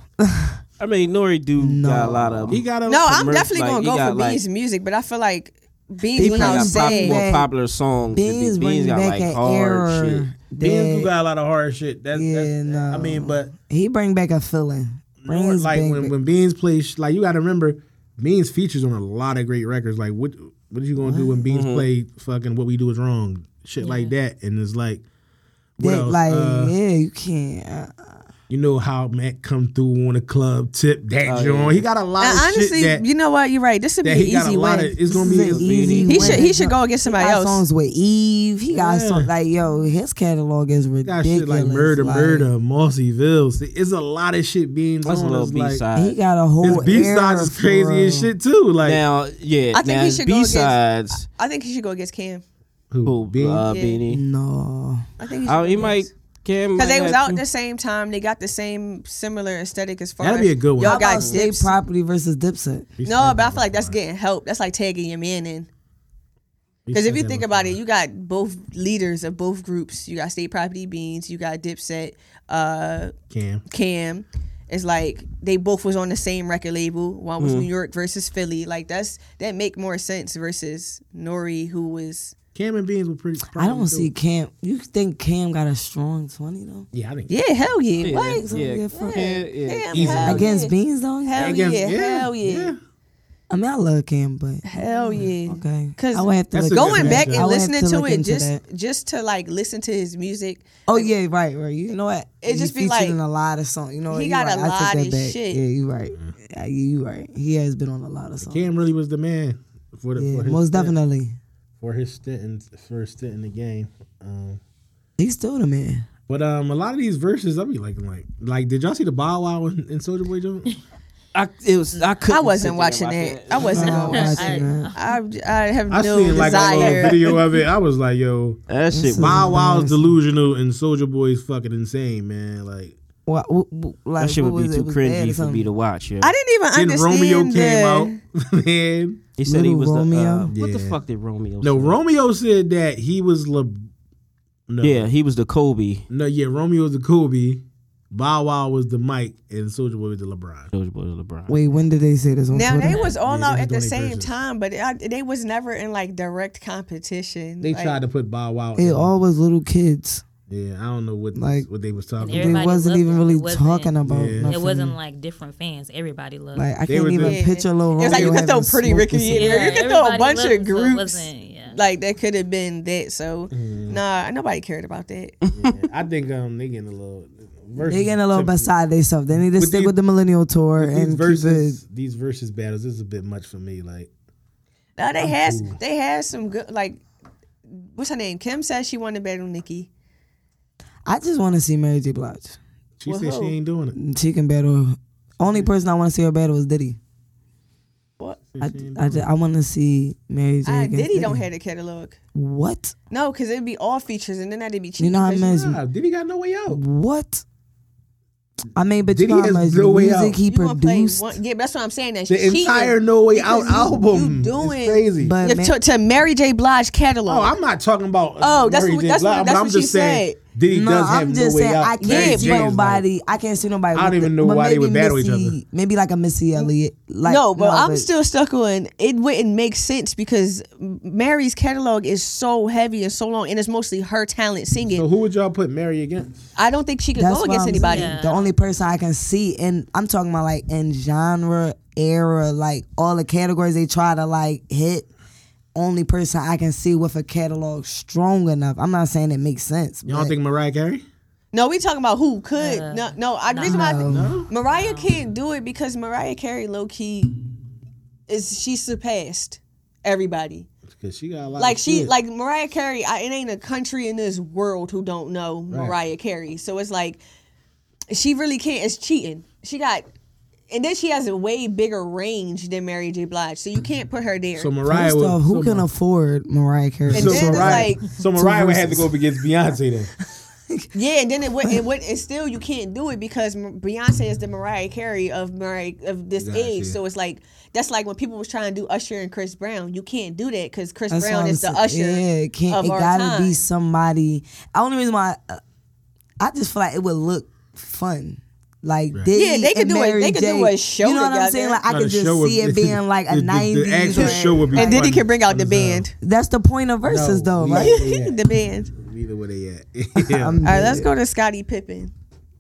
C: I mean, Nori do got a lot of.
B: He got a
D: No, I'm
C: Merc,
D: definitely
C: like,
D: gonna
C: he
D: go for
C: got, like-
D: Beans' music, but I feel like
C: he
D: Beans
C: probably
D: went out
C: got pop,
D: saying
C: more popular songs. than
E: Beans,
C: Big
E: bring
C: got
E: back
C: like
E: an
C: hard
E: era.
C: shit.
B: Beans do
E: that-
B: got a lot of hard shit. That's,
E: Yeah,
B: that's I
E: no.
B: mean, but
E: He bring back a feeling.
B: Nor-
E: Brings
B: like
E: back-
B: when, when Beans plays, like you got to remember, Beans features on a lot of great records. Like what what are you gonna do when Beans
C: Mm-hmm.
B: play fucking what we do is wrong, shit like that, and it's like, what
E: that,
B: else?
E: like
B: Uh,
E: yeah, you can't. Uh,
B: you know how Matt come through on a club tip that
C: Oh,
B: joint. He got a lot
D: And
B: of
D: honestly,
B: shit that,
D: you know what? You're right. This would be
B: that
D: an
B: he got a
D: easy
B: lot
D: win.
B: of. It's gonna
E: this
B: be
E: is an easy
D: He
E: win.
D: should he should go
E: He
D: against somebody
E: got
D: else.
E: songs with Eve. He got
B: Yeah.
E: songs like yo, his catalog is
B: Got
E: ridiculous.
B: shit like murder,
E: like,
B: murder, Mossyville. See, It's a lot of shit Beans
C: That's a
B: on.
C: little
B: It's
C: B
B: like,
C: side.
E: He got a
B: his
E: whole.
B: B
E: era
B: sides is
E: for
B: crazy as
E: real.
B: shit too. Like
C: now, yeah,
D: I think
C: now
D: he should
C: B
D: go against-
C: sides.
D: I think he should go against Cam.
B: who?
C: Who?
B: Beans?
C: Uh,
D: Yeah.
C: Beanie.
E: No,
D: I think he should
C: Oh,
D: go
C: he
D: against-
C: might. Cam
D: Because
C: might
D: they was
C: have
D: out
C: to.
D: at the same time. They got the same similar aesthetic as far
B: That'd
D: as
B: be a good one.
E: how
D: y'all
E: about
D: got
E: State
D: dips.
E: Property versus Dipset?
B: He
D: no,
B: said
D: but I
B: that
D: feel like that's
B: before.
D: getting help. That's like tagging your man in.
B: He
D: Because if
B: said
D: you
B: that
D: think
B: before.
D: about it, you got both leaders of both groups. You got State Property Beans. You got Dipset, uh,
B: Cam.
D: Cam. It's like they both was on the same record label. One was
B: Mm.
D: New York versus Philly. Like that's that make more sense versus Nori, who was
B: Cam and Beans were pretty.
E: I don't
B: probably
E: see
B: dope.
E: Cam. You think Cam got a strong twenty though?
B: Yeah, I think.
D: yeah, hell yeah,
C: Yeah,
D: what?
E: So,
C: yeah,
E: yeah, fuck
C: yeah, yeah.
D: Damn,
B: Easy.
D: hell
E: Against
D: yeah.
E: Beans though,
D: Hell
B: Against-
D: yeah, hell yeah.
E: I mean, I love Cam, but
D: Hell yeah.
E: okay.
D: 'Cause
E: I would have to
B: That's
E: look
B: a
D: Going
B: different
D: back
B: genre.
E: I
D: and
E: would have
D: listening to,
E: look
D: it,
E: into
D: just
E: that.
D: just to like listen to his music.
E: oh yeah, right, right. You know what?
D: It
E: He
D: just be
E: featured
D: like-
E: in a lot of songs. You know, what?
D: he
E: You
D: got
E: right.
D: a
E: I take
D: lot
E: that
D: of
E: back.
D: shit.
E: Yeah, you right. Yeah, you right. He has been on a lot of songs.
B: Cam really was the man for the
E: yeah,
B: for his
E: most
B: stint,
E: definitely.
B: for his stint in, for his stint in the game. Um,
E: He's still the man.
B: but um, a lot of these verses, I be like, like, like, did y'all see the Bow Wow and, and Soldier Boy joint?
C: I it was I couldn't.
D: I wasn't
C: sit there and
D: watching
C: watch
D: it. I wasn't.
E: Nah,
D: I,
E: watching that.
D: I, I have
B: I
D: no
B: seen like a little
D: desire.
B: video of it. I was like, yo,
C: That shit. was-
B: Bow Wow's delusional and Soldier Boy's fucking insane, man. Like,
E: What, what, what, like,
C: That shit
E: what
C: would be
E: was it?
C: too
E: It was bad or
C: cringy for
E: something.
C: me to watch. Yeah.
D: I didn't even
B: then
D: understand.
B: Romeo came
D: the-
B: out, man.
C: He said he
E: Little
C: was the. Uh,
E: Romeo?
C: What the
B: Yeah.
C: fuck did Romeo?
B: No,
C: say?
B: Romeo said that he was Le. No.
C: Yeah, he was the Kobe.
B: No, yeah, Romeo was the Kobe, Bow Wow was the Mike, and Soldier Boy was the LeBron.
C: Those boys are LeBron.
E: Wait, when did they say this on
D: Now
E: Twitter?
D: they was all
B: Yeah,
D: out
B: they
D: at the
B: was doing their
D: same
B: verses.
D: time, but I, they was never in like direct competition.
B: They
D: Like,
B: tried to put Bow Wow.
E: it
B: in.
E: all was little kids.
B: yeah, I don't know what
E: Like-
B: what they was talking.
E: They
B: about.
G: Everybody
E: wasn't
G: loved
E: even
G: him.
E: really
G: It wasn't-
E: talking about.
B: Yeah. It
E: nothing.
G: It wasn't like different fans. Everybody loved.
E: Like I
B: They
E: can't
B: were
E: even
B: doing-
E: picture little.
D: It's like you
E: Romeo
D: could throw
E: having
D: Pretty
E: smoke
D: Ricky
E: and
D: in
E: shit.
D: there. You could throw a
G: everybody
D: bunch
G: loved
D: of
G: him, so it
D: groups.
G: wasn't- yeah.
D: Like that could have been that. So
B: Mm.
D: nah, nobody cared about that.
B: Yeah, I think um they getting a little. Versus,
E: They getting a little
B: typically-
E: beside themselves. They need to
B: With
E: stick
B: these-
E: with the millennial tour
B: These
E: and keep it.
B: versus these versus battles this is a bit much for me. Like
D: No, they had they had some good like what's her name? Kim said she wanted to battle Nikki.
E: I just want to see Mary J. Blige.
B: she
D: Well,
B: said,
D: who?
B: she ain't doing it.
E: She can battle. Only person I want to see her battle is Diddy.
D: What?
E: I, I, I want to see Mary J.
D: I
E: against
D: Uh, Diddy don't have the catalog.
E: What?
D: No, because it'd be all features and then that'd be cheap.
E: You know how much?
B: Nah, Diddy got no way out.
E: What? I mean, but you
B: Diddy
E: know how
B: has
E: much
B: no way
E: music
B: out.
E: he
D: you gonna play
E: produced.
D: one, yeah, that's what I'm saying. That's
B: The
D: cheating.
B: entire No Way Out
D: Because you-
B: album.
D: you doing-
B: is crazy.
E: But
D: Yeah,
E: man,
D: to, to Mary J. Blige catalog.
B: oh, I'm not talking about.
D: Oh, that's
B: Mary
D: what-
B: J.
D: that's what-
B: Blige,
D: that's
B: but I'm
D: what
B: just
D: she
B: saying.
D: said.
B: Diddy
E: no,
B: does have
E: I'm
B: no
E: just
B: way
E: saying
B: out.
E: I
B: Mary
E: can't see
B: J is like-
E: nobody. I can't see nobody.
B: I don't
E: with
B: even
E: the-
B: know
E: but
B: why they
E: maybe
B: would battle each
E: Missy-
B: other.
E: Maybe like a Missy Elliott. Like
D: no, but I'm still stuck on it. Wouldn't make sense because Mary's catalog is so heavy and so long, and it's mostly her talent singing.
B: So who would y'all put Mary against?
D: I don't think she could
E: That's
D: go
E: what
D: against
E: I'm
D: anybody.
E: saying. The only person I can see, and I'm talking about like in genre, era, like all the categories they try to like hit. Only person I can see with a catalog strong enough. I'm not saying it makes sense.
B: Y'all don't
E: but-
B: think Mariah Carey?
D: No, we talking about who could. no, no. I, the reason why I think
E: No.
D: Mariah can't do it because Mariah Carey, low key, is she surpassed everybody.
B: Because she got a lot.
D: Like
B: of
D: she,
B: shit.
D: like Mariah Carey. I, it ain't a country in this world who don't know Mariah Carey. So it's like she really can't. It's cheating. She got, and then she has a way bigger range than Mary J. Blige. So you can't put her there.
B: So Mariah
E: First
B: would.
E: off,
B: so
E: who can
B: Mar-
E: afford Mariah Carey?
D: And
B: So
D: then it's
B: Mariah,
D: like-
B: so Mariah would have to go up against Beyonce then.
D: Yeah, and then it went, it went, and still you can't do it because M- Beyonce is the Mariah Carey of Mariah of this
B: Gotcha.
D: age. So it's like that's like when people was trying to do Usher and Chris Brown. You can't do that because Chris
E: That's
D: Brown
E: what
D: is the
E: I'm
D: Usher.
E: saying. Yeah, it can't.
D: of
E: it
D: our
E: gotta
D: time.
E: be somebody. The only reason why uh, I just feel like it would look fun. Like Diddy
D: Yeah, they could
E: and
D: do a-
E: Mary
D: they could do
E: J.
D: a show
E: You know what I'm
D: together.
E: saying? Like I
B: No,
E: could
B: the
E: just
B: show would
E: see it
B: be-
E: being like
B: the-
E: a
B: the- the
E: '90s.
B: actual
E: or-
B: show would be
D: And then he
B: funny.
D: can bring out the band.
E: That's the point of verses,
B: No,
E: though.
B: we-
E: Like
B: Yeah.
D: the band.
B: Neither where they at. yeah.
E: I'm
D: All right,
E: dead.
D: let's go to Scottie Pippen.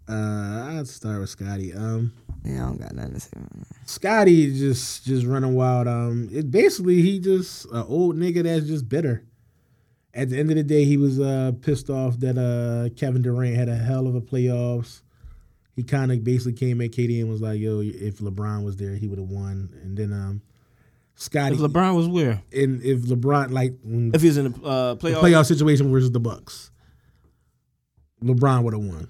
B: uh, I'd start with Scotty. Um,
E: Yeah, I don't got nothing to say. about that.
B: Scotty just just running wild. Um, it basically he just an old nigga that's just bitter. At the end of the day, he was uh pissed off that uh Kevin Durant had a hell of a playoffs. He kind of basically came at KD and was like, "Yo, if LeBron was there, he would have won." And then um, Scotty
C: If LeBron was where?
B: and if LeBron like when
C: If he was in the uh,
B: the
C: playoff,
B: playoff situation versus the Bucks, LeBron would have won.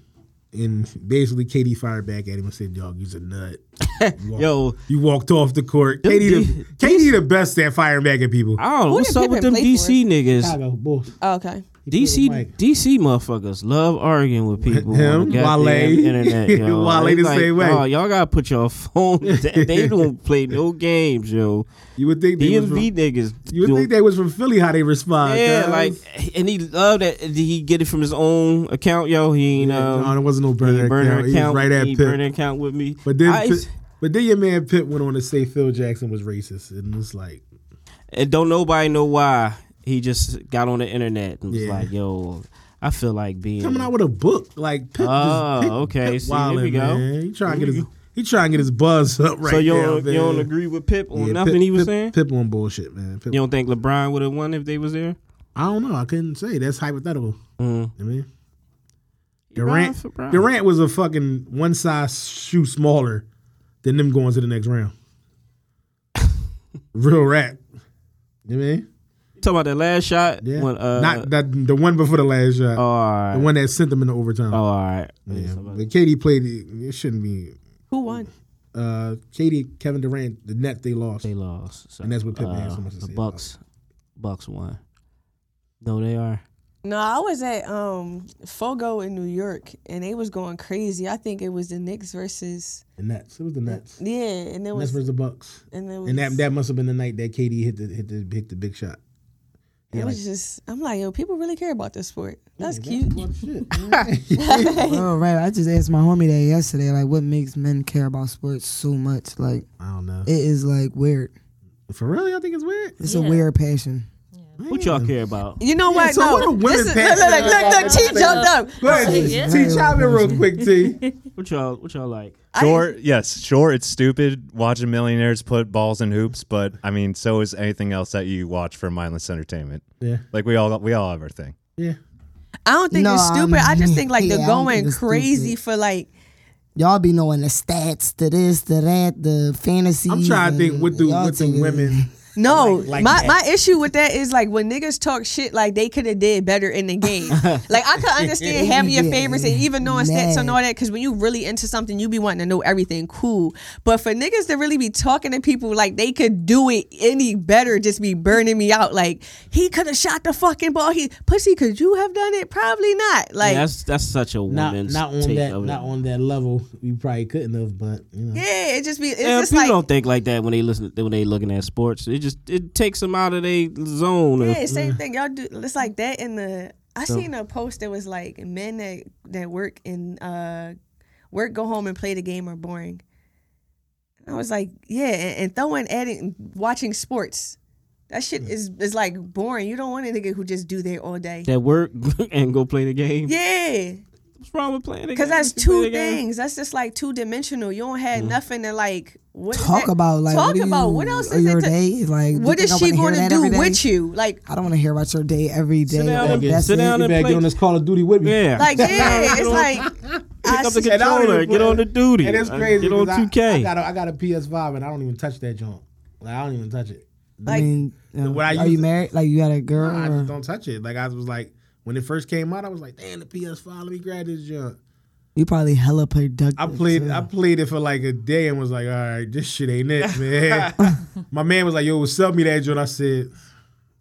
B: And basically, KD fired back at him and said, "Dog, you's a nut." You walked-
C: Yo.
B: you walked off the court.
C: Them
B: KD,
C: D-
B: the, KD the best at firing back at people.
C: I don't know
D: Who
C: what's
D: did
C: up with them
D: Pippen play
C: DC niggas.
B: Chicago Bulls.
D: Oh, okay.
C: DC DC motherfuckers love arguing with people on
B: Him,
C: the
B: Wale.
C: goddamn internet. Yo.
B: Wale
C: It's
B: the same way.
C: "Dawg, y'all gotta put your phone. down. they don't play no games, yo.
B: You would think they was
C: DMV
B: from,
C: niggas.
B: you would
C: do-
B: think they was from Philly how they respond.
C: yeah,
B: cuz.
C: like, and he loved that. Did he get it from his own account, yo? He ain't
B: Yeah, no,
C: um,
B: there wasn't no
C: he
B: burner
C: burned
B: account.
C: an
B: He was
C: account.
B: right at
C: he
B: Pitt.
C: burned an account with me.
B: But then,
C: I-
B: Pitt- but then your man Pitt went on to say Phil Jackson was racist, and it's like
C: and don't nobody know why he just got on the internet and was
B: Yeah.
C: like, yo, I feel like being
B: coming out with a book like Pitt.
C: Oh,
B: just, Pitt,
C: okay.
B: Pitt
C: See, here we
B: wildin',
C: go.
B: Man. He trying to
C: Here
B: get
C: we
B: his
C: go.
B: He trying to get his buzz up right
C: so you
B: now.
C: don't, you don't
B: man.
C: agree with Pip on
B: Yeah,
C: nothing
B: Pip-
C: he was
B: Pip-
C: saying?
B: Pip on bullshit, man. Pip-
C: You don't think LeBron would have won if they was there?
B: I don't know. I couldn't say. That's hypothetical.
C: Mm.
B: I mean,
C: Brian
B: Durant
C: for Brian.
B: Durant was a fucking one size shoe smaller than them going to the next round. Real rap. You mean?
C: Talking about that last shot.
B: Yeah.
C: When, uh,
B: Not that the one before the last shot.
C: oh, all right.
B: the one that sent them into overtime.
C: oh, all right.
B: yeah. But Katie played it. It shouldn't be.
D: Who won?
B: Uh, Katie, Kevin Durant, the net they lost.
C: They lost. So, uh,
B: And that's what Pippen had so much to
C: The
B: say about.
C: Bucks, Bucks won. No, they are.
D: No, I was at um Fogo in New York, and they was going crazy. I think it was the Knicks versus
B: The Nets. It was the Nets.
D: yeah, and it
B: Nets
D: was
B: versus the Bucks.
D: and it was
B: And that that must have been the night that Katie hit the hit the hit the big shot.
D: it was just I'm like yo, people really care about this sport. That's
B: Yeah,
D: cute.
B: that's Shit.
E: Oh, right. I just asked my homie that yesterday, like, what makes men care about sports so much? Like,
B: I don't know.
E: it is like weird.
B: For real, y'all think it's weird?
E: It's
G: Yeah.
E: a weird passion.
C: What y'all care about?
D: You know
B: Yeah,
D: what?
B: so
D: no,
B: what do women
D: This is-
B: pass
D: look, look,
B: it
D: look,
B: on?
D: look, T jumped up.
B: Go ahead, T.
G: Yeah.
B: T, chime in real quick, T.
C: What y'all? What y'all like?
H: Sure, yes, sure. It's stupid watching millionaires put balls in hoops, but I mean, so is anything else that you watch for mindless entertainment.
B: Yeah,
H: Like we all we all have our thing.
B: yeah.
D: I don't think
E: No,
D: it's stupid. I just
E: I'm-
D: think like they're
E: yeah, I don't think
D: going
E: it's
D: crazy
E: stupid.
D: for like
E: Y'all be knowing the stats, the this, the that, the fantasy.
B: I'm trying to think what do what do women?
D: No,
B: like
D: my,
B: that.
D: my issue with that is like when niggas talk shit, like they could have did better in the game. like I could understand having your
E: Yeah.
D: favorites and even knowing stats and
E: Mad.
D: all that, because when you really into something, you be wanting to know everything. Cool, but for niggas to really be talking to people like they could do it any better, just be burning me out. Like he could have shot the fucking ball. He pussy, could you have done it? Probably not. Like
C: Yeah, that's that's such a
B: Not
C: woman's
B: not on
C: take
B: that
C: of it.
B: not on that level. We probably couldn't have, but you know.
D: yeah, it just be. It's
C: Yeah,
D: just
C: people
D: like
C: don't think like that when they listen when they looking at sports. It just it takes them out of their zone. of-
D: Yeah, same thing. Y'all do. It's like that in the. I seen a post that was like men that that work and uh, work go home and play the game are boring. And I was like, yeah, and, and throwing adding watching sports, that shit is is like boring. You don't want a nigga who just do that all day.
C: that work and go play the game.
D: Yeah,
C: What's wrong with playing?
D: because that's
C: You can play
D: two
C: the game.
D: things. That's just like two dimensional. You don't have nothing to like what is
E: Talk
D: that-
E: about like
D: talk
E: what do
D: about
E: you,
D: what else
E: or
D: is
E: your
D: it? To,
E: day? Like,
D: what is she going to do with you? Like
E: I don't want to hear about your day every day.
C: down
E: like,
C: and-
E: that's
C: sit
E: it.
C: down
B: You
C: and-
B: better
C: play-
B: get on this Call of Duty with me.
C: Yeah,
D: like yeah, it's like
C: pick
D: I
C: up the
D: see-
B: And I don't
C: controller,
B: even
C: get
B: play-
C: on the duty,
B: And it's
C: uh,
B: crazy.
C: get on
B: 'cause I-
C: 2K.
B: I, got a, I got a PS5 and I don't even touch that joint. Like I don't even touch it.
E: I
D: like
E: mean, uh,
B: what I
E: are
B: used
E: you
B: to-
E: married? Like, you got a girl?
B: I
E: or-
B: just don't touch it. Like I was like when it first came out, I was like, damn, the PS5. Let me grab this junk.
E: You probably hella productive.
B: I played
E: too.
B: I played it for like a day and was like, all right, this shit ain't it, man. My man was like, yo, sell me that joint. I said,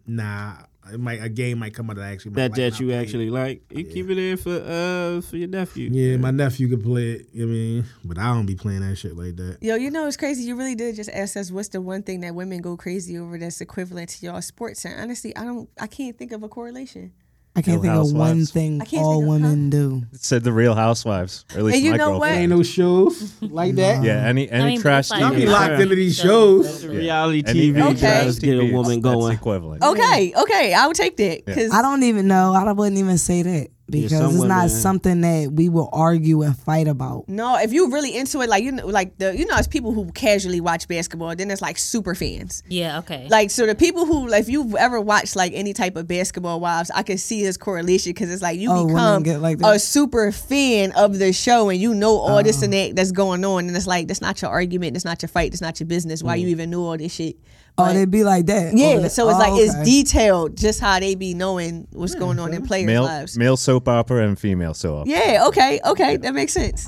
B: nah, it might a game might come out that I actually might
C: that
B: like
C: that
B: not
C: you
B: play.
C: actually like. You keep it in for uh for your nephew.
B: Yeah, my nephew could play it. You know what I mean, but I don't be playing that shit like that.
D: Yo, you know it's crazy. You really did just ask us what's the one thing that women go crazy over that's equivalent to y'all sports. And honestly, I don't, I can't think of a correlation.
E: I can't
H: Real
E: think of one
H: Housewives.
E: thing
D: I can't
E: all
D: think of-
E: women do.
H: It said the Real Housewives, or at least
D: you
H: my
D: know what?
H: girlfriend.
B: Ain't no shows like that.
H: yeah, any any
G: mean,
H: trash
G: but
H: TV.
G: it's like-
B: Y'all be
C: Yeah.
B: locked into these
G: Yeah.
B: shows.
C: Yeah. Reality
H: Any-
C: TV
H: any
D: Okay. Oh,
H: trash
C: does get a
H: TV,
C: woman
H: that's
C: going.
H: equivalent.
D: Okay, okay, I will take that because
E: I don't even know. I wouldn't even say that because
C: some
E: it's not
C: women-
E: something that we will argue and fight about.
D: No, if you really into it, like you know, like the you know, it's people who casually watch basketball. Then it's like super fans.
G: Yeah, okay.
D: Like so, the people who, like, if you've ever watched like any type of basketball wives, I can see this correlation because it's like you
E: Oh, women
D: become
E: get like that?
D: a super fan of the show and you know all this
E: Uh-huh.
D: and that that's going on, and it's like that's not your argument, that's not your fight, that's not your business. Why you even knew all this shit?
E: Mm. Oh, they'd be like that.
D: Yeah,
E: over the-
D: so it's
E: oh,
D: like it's
E: okay.
D: detailed, just how they be knowing what's going on in players'
H: Male
D: lives.
H: male soap opera and female soap opera.
D: Yeah, okay, okay, that makes sense.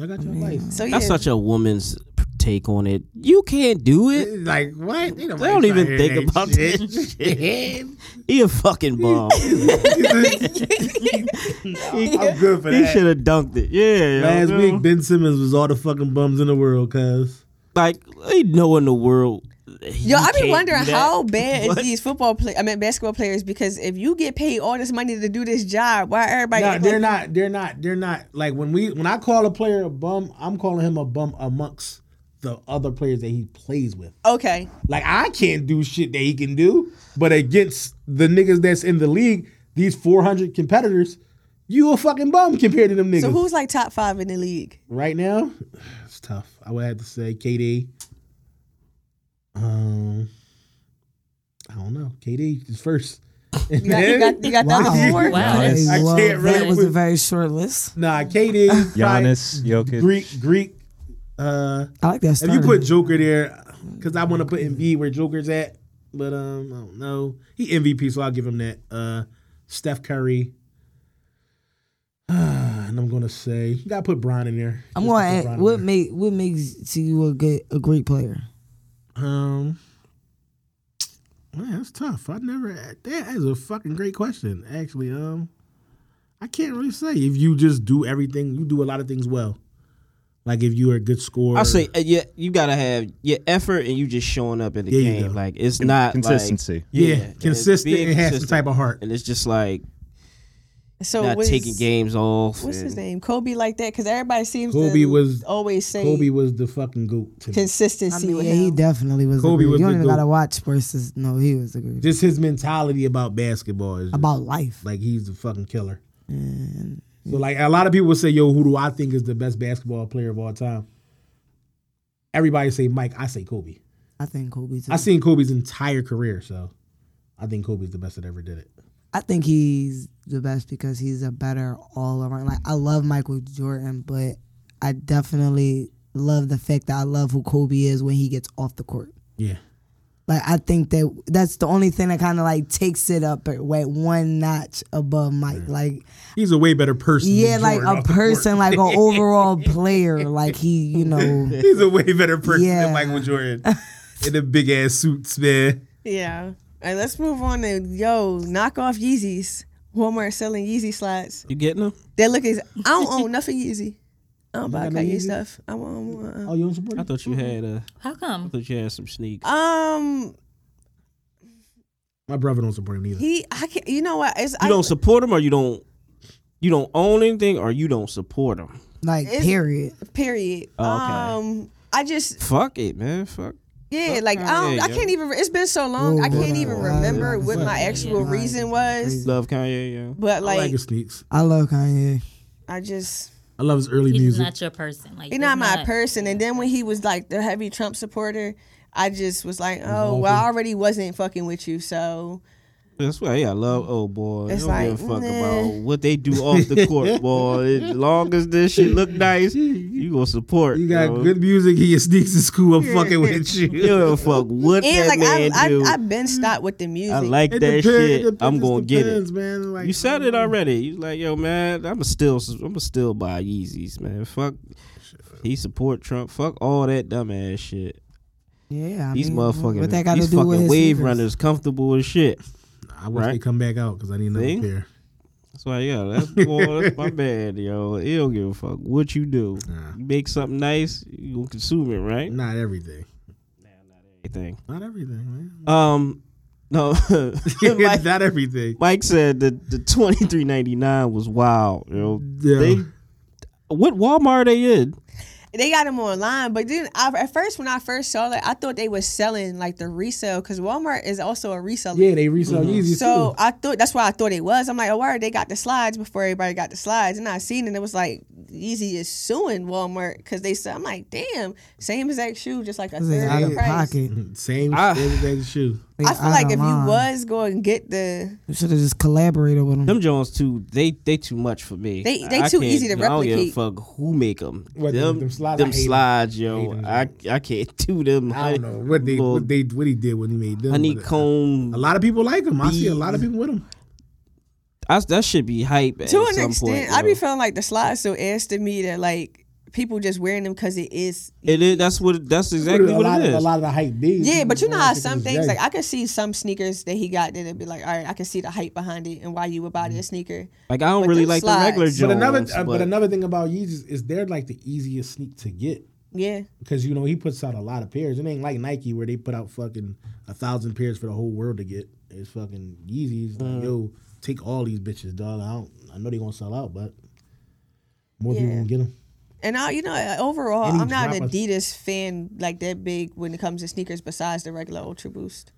B: I got your advice.
D: So yeah,
C: That's such a woman's take on it. You can't do it.
B: Like what? They don't,
C: They don't even think about
B: it.
C: this shit. He a fucking bum. he
B: I'm good for that.
C: should have dunked it. Yeah.
B: Last
C: yo,
B: week, Ben Simmons was all the fucking bums in the world, cuz.
C: like he know in the world. he
D: Yo, I
C: can't
D: be
C: do
D: wondering
C: that.
D: how bad is
C: What?
D: these football play I mean basketball players because if you get paid all this money to do this job, why everybody
B: No,
D: act
B: they're
D: like-
B: not. They're not. They're not. Like when we when I call a player a bum, I'm calling him a bum amongst the other players that he plays with.
D: okay.
B: Like I can't do shit that he can do, but against the niggas that's in the league, these 400 competitors, You a fucking bum compared to them niggas.
D: So who's like top five in the league?
B: right now, it's tough. I would have to say KD. Um, I don't know. KD is first.
D: You got, you got, you got that on the board?
G: Wow.
H: Nice.
G: that's-
B: I
E: well,
B: can't
E: that
B: really
E: was a
B: put-
E: very short list.
B: Nah, KD,
H: Giannis,
B: probably
H: Jokic.
B: Greek, Greek. Uh,
E: I like that.
B: if you
E: Starter.
B: put Joker there, because I want to put Embiid where Joker's at, but um, I don't know. He MVP, so I'll give him that. Uh, Steph Curry. and I'm gonna say you gotta put Bron in there.
E: I'm
B: Just
E: going
B: put
E: to
B: Bron
E: ask
B: in
E: what
B: there.
E: make what makes to you a good a great player.
B: Um, man, that's tough. I never. That is a fucking great question. Actually, um, I can't really say if you just do everything. You do a lot of things well. Like if you are a good scorer,
C: I say, uh, yeah, you gotta have your effort and you just showing up in the
B: There you
C: game.
B: go.
C: Like it's not
H: Consistency.
C: Like,
B: yeah,
C: yeah,
B: consistent
C: being
B: and has some
C: consistent.
B: type of heart.
C: and it's just like
D: So
C: not
D: was-
C: taking games off.
D: Oh, What's his
C: and-
D: name? Kobe like that? Because everybody seems
B: Kobe
D: to
B: was-
D: always say
B: Kobe was the fucking goat to me.
E: I
D: consistency
E: mean,
D: with
E: yeah,
D: him.
E: he definitely was.
B: Kobe
E: a
B: was
E: great. You
B: the
E: don't even
B: dude.
E: gotta watch versus. No, he was a great.
B: Just his mentality about basketball is just,
E: about life.
B: like he's the fucking killer. So like a lot of people say, "Yo, who do I think is the best basketball player of all time?" Everybody say Mike. I say Kobe.
E: I think Kobe. Too.
B: I've seen Kobe's entire career, so I think Kobe's the best that ever did it.
E: I think he's the best because he's a better all around. Like I love Michael Jordan, but I definitely love the fact that I love who Kobe is when he gets off the court.
B: Yeah.
E: Like I think that that's the only thing that kind of like takes it up at like, one notch above Mike. Like
B: He's a way better person. than
E: yeah, like
B: Jordan
E: a
B: off the
E: person,
B: court.
E: like an overall player. Like he, you know,
B: He's a way better person
E: Yeah.
B: than Michael Jordan in the big ass suits, man.
D: Yeah. All right, let's move on to yo knock off Yeezys. Walmart selling Yeezy slides.
C: You getting them?
D: That look is. I don't own nothing Yeezy. I don't buy
B: got no
D: Kanye
B: Yeezy?
D: stuff. I won't. Uh,
B: Oh, you don't support
C: I thought you
D: Mm-hmm.
C: had a.
G: How come?
C: I thought you had some sneaks.
D: um,
B: My brother don't support him either.
D: he. I can. not You know what? It's,
C: You
D: I,
C: don't support them, or you don't. You don't own anything, or you don't support them.
E: like
D: It's-
E: period.
D: period.
C: Oh, okay.
D: Um, I just
C: Fuck it, man. Fuck.
D: Yeah, like I don't,
C: Kanye,
D: I
C: yo.
D: can't even. It's been so long, I
E: Ooh,
D: can't
E: wow.
D: even
E: Wow.
D: remember
E: Wow.
D: what my
E: Wow.
D: actual
E: Wow.
D: reason was.
C: Love Kanye. Yeah.
D: But
B: I like
D: like,
B: his sneaks.
E: I love Kanye.
D: I just
B: I love his early
G: He's
B: music.
G: not your person. Like
D: he's
G: he's
D: not my person. And then when he was like the heavy Trump supporter, I just was like, oh well, I already wasn't fucking with you, so
C: That's why, yeah, I love old boy.
D: It's
C: I don't give a
D: like,
C: fuck
D: nah.
C: about what they do off the court, boy. As long as this shit look nice, you gonna support.
B: you got
C: know?
B: good music and your sneaks in school. I'm fucking with
C: You
B: you.
C: don't fuck what
D: and
C: that
D: like I
C: man do.
D: I-
C: I,
D: I've been stopped with the music.
C: like that
B: depends-
C: shit.
B: depends-
C: I'm
B: just
C: gonna get it.
B: depends, Man. Like,
C: You said it already. You like, yo, man, I'ma still, I'ma still buy Yeezys, man. Fuck, he support Trump. Fuck all that dumbass shit.
E: Yeah, I
C: These
E: mean,
C: motherfucking,
E: What that got to
C: these
E: do with
C: fucking
E: his
C: wave
E: sneakers?
C: runners, comfortable as shit.
B: I wish they
C: Right.
B: come back out because I need another
C: See?
B: pair.
C: That's why, yeah, that's, boy, that's my bad, yo. He don't give a fuck what you do.
B: Nah.
C: You make something nice, you gonna consume it, right?
B: Not everything.
C: Anything.
B: Not everything, man.
C: Um, no. Mike,
B: not everything.
C: Mike said that the twenty three ninety nine was wild. Yo,
B: Yeah.
C: they what Walmart they in?
D: they got them online, but then I, at first when I first saw it, I thought they was selling like the resale because Walmart is also a reseller.
B: yeah, they resell
E: Mm-hmm.
B: Yeezys
D: So
B: too.
D: I thought that's why I thought it was. I'm like, oh, word, they got the slides before everybody got the slides, and I seen it. and It was like Yeezy is suing Walmart because they said, I'm like, damn, same exact shoe, just like a
E: This is
D: third
E: out
D: of
E: of
D: the price.
E: pocket.
B: Same
C: I-
B: shit as shoe.
D: I feel like if you
E: would,
D: was going to get the,
E: you should have just collaborated with him.
C: Them Jones too. They they too much for me.
D: They- they
C: I
D: too
C: can't-
D: easy to
C: I don't
D: replicate.
C: give a fuck who make them.
B: What,
C: them,
B: them slides? I
C: them
B: hate 'em.
C: slides,
B: hate
C: yo.
B: 'em,
C: I I can't do them.
B: I don't know what they
C: little
B: what they what he did when he made them. but, uh,
C: honeycomb.
B: A lot of people like him. I see a lot of people with him.
C: I, that should be hype at
D: to
C: some
D: an extent,
C: point.
D: I
C: yo.
D: be feeling like the slides so ass to me that like people just wearing them because it is.
C: It is. That's what. That's exactly
B: a
C: what
B: lot
C: it is.
B: Of, a lot of the hype dudes.
D: Yeah, but you know how some things like I could see some sneakers that he got that it'd be like, all right, I can see the hype behind it and why you would buy
E: Mm-hmm.
D: that sneaker.
C: Like I don't
D: But
C: really
D: them
C: like the regular
D: slides.
C: Jones.
B: but another uh, but another thing about Yeezys is they're like the easiest sneak to get
D: Yeah,
B: because you know he puts out a lot of pairs. It ain't like Nike where they put out fucking a thousand pairs for the whole world to get. It's fucking Yeezys. Like, yo, take all these bitches, dog. I don't. I know they gonna sell out, but more people
D: Yeah.
B: gonna get them.
D: And I, you know, overall,
B: Any
D: I'm not an
B: drop of-
D: Adidas fan like that big when it comes to sneakers. Besides the regular Ultra Boost,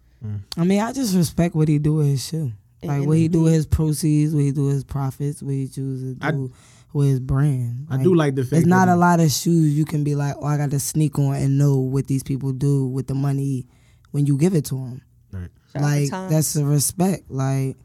E: I mean, I just respect what he do with his shoe.
D: And
E: Like
D: then
E: what he do
D: the-
E: with his proceeds, what he do with his profits, what he chooses to
B: I-
E: do with his brand.
B: I do like the fact
E: It's not
B: that-
E: a lot of shoes you can be like, oh, I got to sneak on and know what these people do with the money when you give it to them.
B: Right.
D: Shout out to
E: Like
D: Tom.
E: that's the respect. Like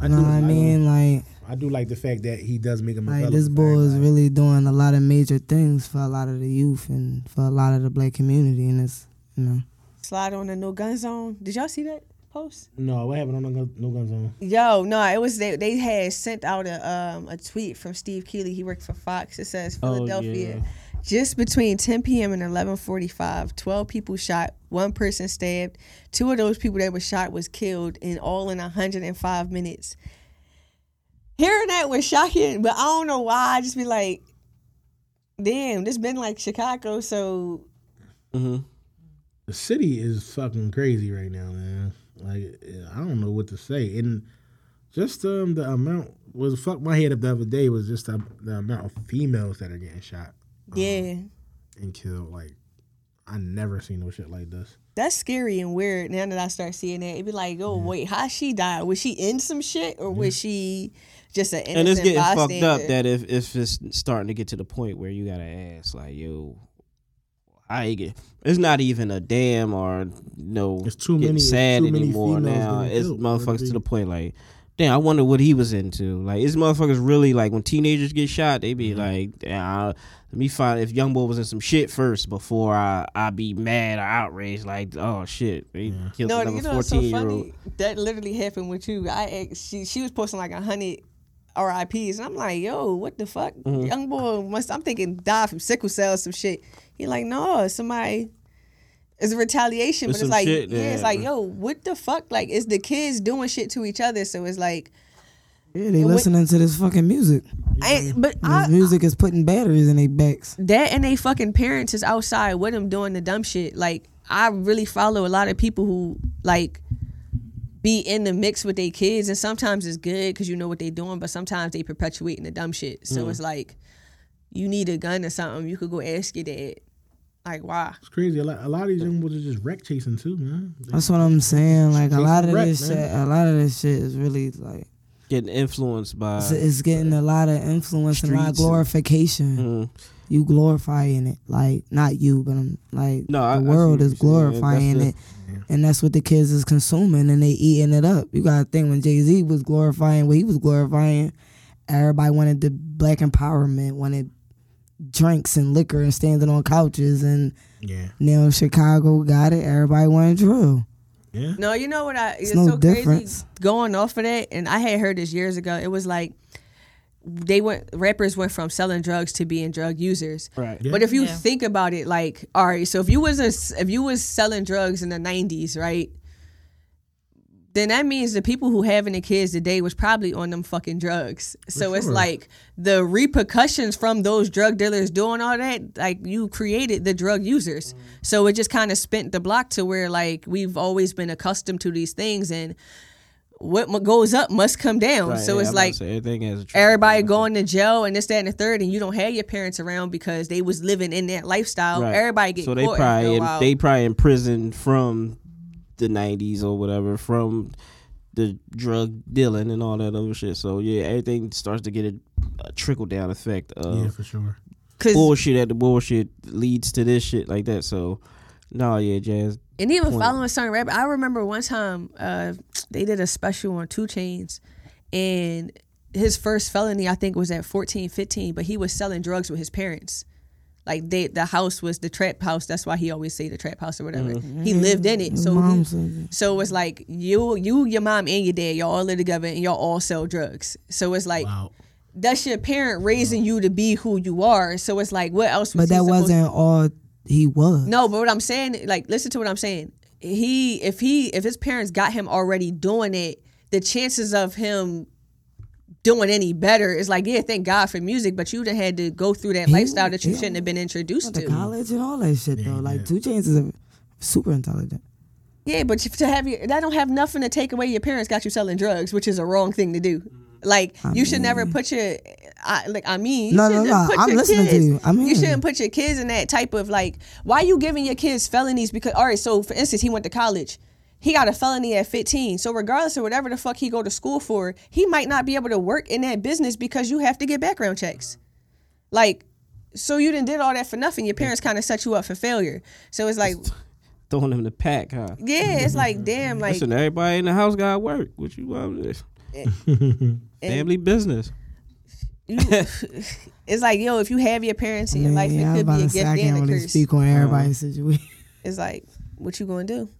B: I
E: you know
B: do-
E: what I
B: I do.
E: mean? Like
B: I do like the fact that he does make him a
E: like
B: fellow.
E: this boy is really doing a lot of major things for a lot of the youth and for a lot of the black community, and it's you know.
D: slide on the no gun zone. Did y'all see that post?
B: No, what happened on no, Gun- no guns on?
D: Yo, no, it was they. They had sent out a um a tweet from Steve Keeley. He worked for Fox. It says
C: Oh,
D: Philadelphia.
C: yeah.
D: Just between 10 p.m. and 11:45, 12 people shot, one person stabbed. Two of those people that were shot was killed, in all in 105 minutes. Hearing that was shocking, but I don't know why. I just be like, damn, this been like Chicago, so
B: The city is fucking crazy right now, man. Like I don't know what to say, and just um the amount was fuck my head up the other day was just the, the amount of females that are getting shot
C: Uh-huh.
D: yeah.
B: and killed. Like I never seen no shit like this.
D: That's scary and weird. Now that I start seeing that, it'd be like, oh wait, how she died? Was she in some shit, or was she just an innocent
C: and it's getting
D: bystander?
C: fucked up that if if it's starting to get to the point where you gotta ask like yo I ain't get it's not even a damn or no
B: It's too
C: getting
B: many- it's
C: sad
B: too many
C: anymore
B: females
C: now
B: getting
C: it's
B: killed,
C: motherfuckers
B: really.
C: to the point like damn I wonder what he was into like is motherfuckers really like when teenagers get shot they
B: Mm-hmm.
C: be like damn I- let me find if young boy was in some shit first before I I be mad or outraged like oh shit they killed
D: No,
C: another
D: you know what's so
C: fourteen year old
D: funny? That literally happened with you. I asked- she she was posting like a hundred RIPS, and I'm like, yo, what the fuck,
C: Mm-hmm.
D: young boy? Must I'm thinking die from sickle cell or some shit. He like, no, it's somebody. It's a retaliation,
C: It's some
D: but it's like,
C: shit
D: yeah, it's
C: that-
D: like, yo, what the fuck? Like, it's the kids doing shit to each other, so it's like,
E: Yeah, they
D: what-
E: listening to this fucking music.
D: I, but I,
E: This music is putting batteries in their backs.
D: that and they fucking parents is outside with them doing the dumb shit. Like I really follow a lot of people who like be in the mix with their kids, and sometimes it's good because you know what they doing, but sometimes they perpetuating the dumb shit. So it's like you need a gun or something, you could go ask your dad. Like why?
B: It's crazy. A lot, a lot of these young boys are just wreck chasing too, man.
E: That's what I'm saying. Like a
B: Chase
E: lot of
B: the wreck,
E: this
B: man.
E: shit, a lot of this shit is really like
C: getting influenced by
E: it's, it's getting a lot of influence and a lot of glorification.
C: Mm-hmm.
E: You glorifying it, like not you, but I'm like
C: No, I- I see
E: the world
C: what you're
E: is
C: saying. That's
E: glorifying
C: the-
E: it, and that's what the kids is consuming, and they eating it up. You gotta think when Jay Z was glorifying what he was glorifying, everybody wanted the black empowerment, wanted drinks and liquor and standing on couches, and
B: Yeah,
E: now Chicago got it. Everybody want to drill.
B: yeah.
D: No, you know what I it's,
E: no
D: so
E: difference.
D: crazy going off of that and I had heard this years ago. It was like they went rappers went from selling drugs to being drug users.
C: right
D: But if you
G: Yeah.
D: think about it, like, all right, so if you was a, if you was selling drugs in the '90s, right? Then that means the people who having the kids today was probably on them fucking drugs. So it's
B: sure.
D: like the repercussions from those drug dealers doing all that, like you created the drug users.
C: Mm.
D: So it just kind of spent the block to where like we've always been accustomed to these things, and what mu- goes up must come down.
C: Right,
D: so
C: yeah,
D: it's
C: I'm about to
D: like
C: say, everything has a trickle
D: everybody
C: down.
D: going to jail and this, that, and the third, and you don't have your parents around because they was living in that lifestyle.
C: Right.
D: Oh, Everybody get
C: so they
D: caught.
C: probably
D: and
C: in,
D: go out.
C: they probably in prison from the nineties or whatever from the drug dealing and all that other shit. So yeah, everything starts to get a, a trickle down effect of
B: Yeah, for sure.
D: 'Cause-
C: bullshit at the bullshit leads to this shit like that. So no, yeah, jazz.
D: and even
C: point.
D: following certain rap. I remember one time uh, they did a special on Two Chains, and his first felony I think was at 14, 15, but he was selling drugs with his parents. Like they, the house was the trap house. That's why he always say the trap house or whatever. He lived in it, so he-
E: Mm-hmm. Mom's like,
D: so it's like you, you, your mom, and your dad, y'all all live together, and y'all all sell drugs. So it's like
B: Wow.
D: that's your parent raising you to be who you are. So it's like, what else? Was
E: but
D: he
E: that
D: supposed-
E: wasn't all he was.
D: no. But what I'm saying, like, listen to what I'm saying. He, if he, if his parents got him already doing it, the chances of him doing any better is like, yeah, thank God for music, but you done had to go through that lifestyle that you
E: yeah.
D: shouldn't have been introduced
E: to
D: to.
E: college and all that shit though. Like Two Chains is a, super intelligent.
D: Yeah, but if- to have your, that don't have nothing to take away. Your parents got you selling drugs, which is a wrong thing to do. Like you should never put your, I, like I mean, you
E: No, no,
D: shouldn't
E: no,
D: put
E: I'm
D: your
E: listening to
D: kids-
E: you. I'm
D: you
E: hearing
D: shouldn't
E: you.
D: put your kids in that type of like. Why you giving your kids felonies? Because all right, so for instance, he went to college. he got a felony at 15. So regardless of whatever the fuck he go to school for, he might not be able to work in that business because you have to get background checks. Like, so you didn't did all that for nothing. Your parents kind of set you up for failure. So it's like,
C: Throwing them the pack, huh?
D: yeah, it's like damn, like
C: Listen, everybody in the house got work. What you want this? Family business.
D: you, it's like yo, if you have your parents in your life,
E: yeah, I
D: it
E: was
D: could
E: about
D: be a
E: to
D: gift
E: say I
D: and
E: can't
D: a
E: really
D: curse.
E: speak on everybody's
D: Uh-huh.
E: situation.
D: It's like, what you gonna do?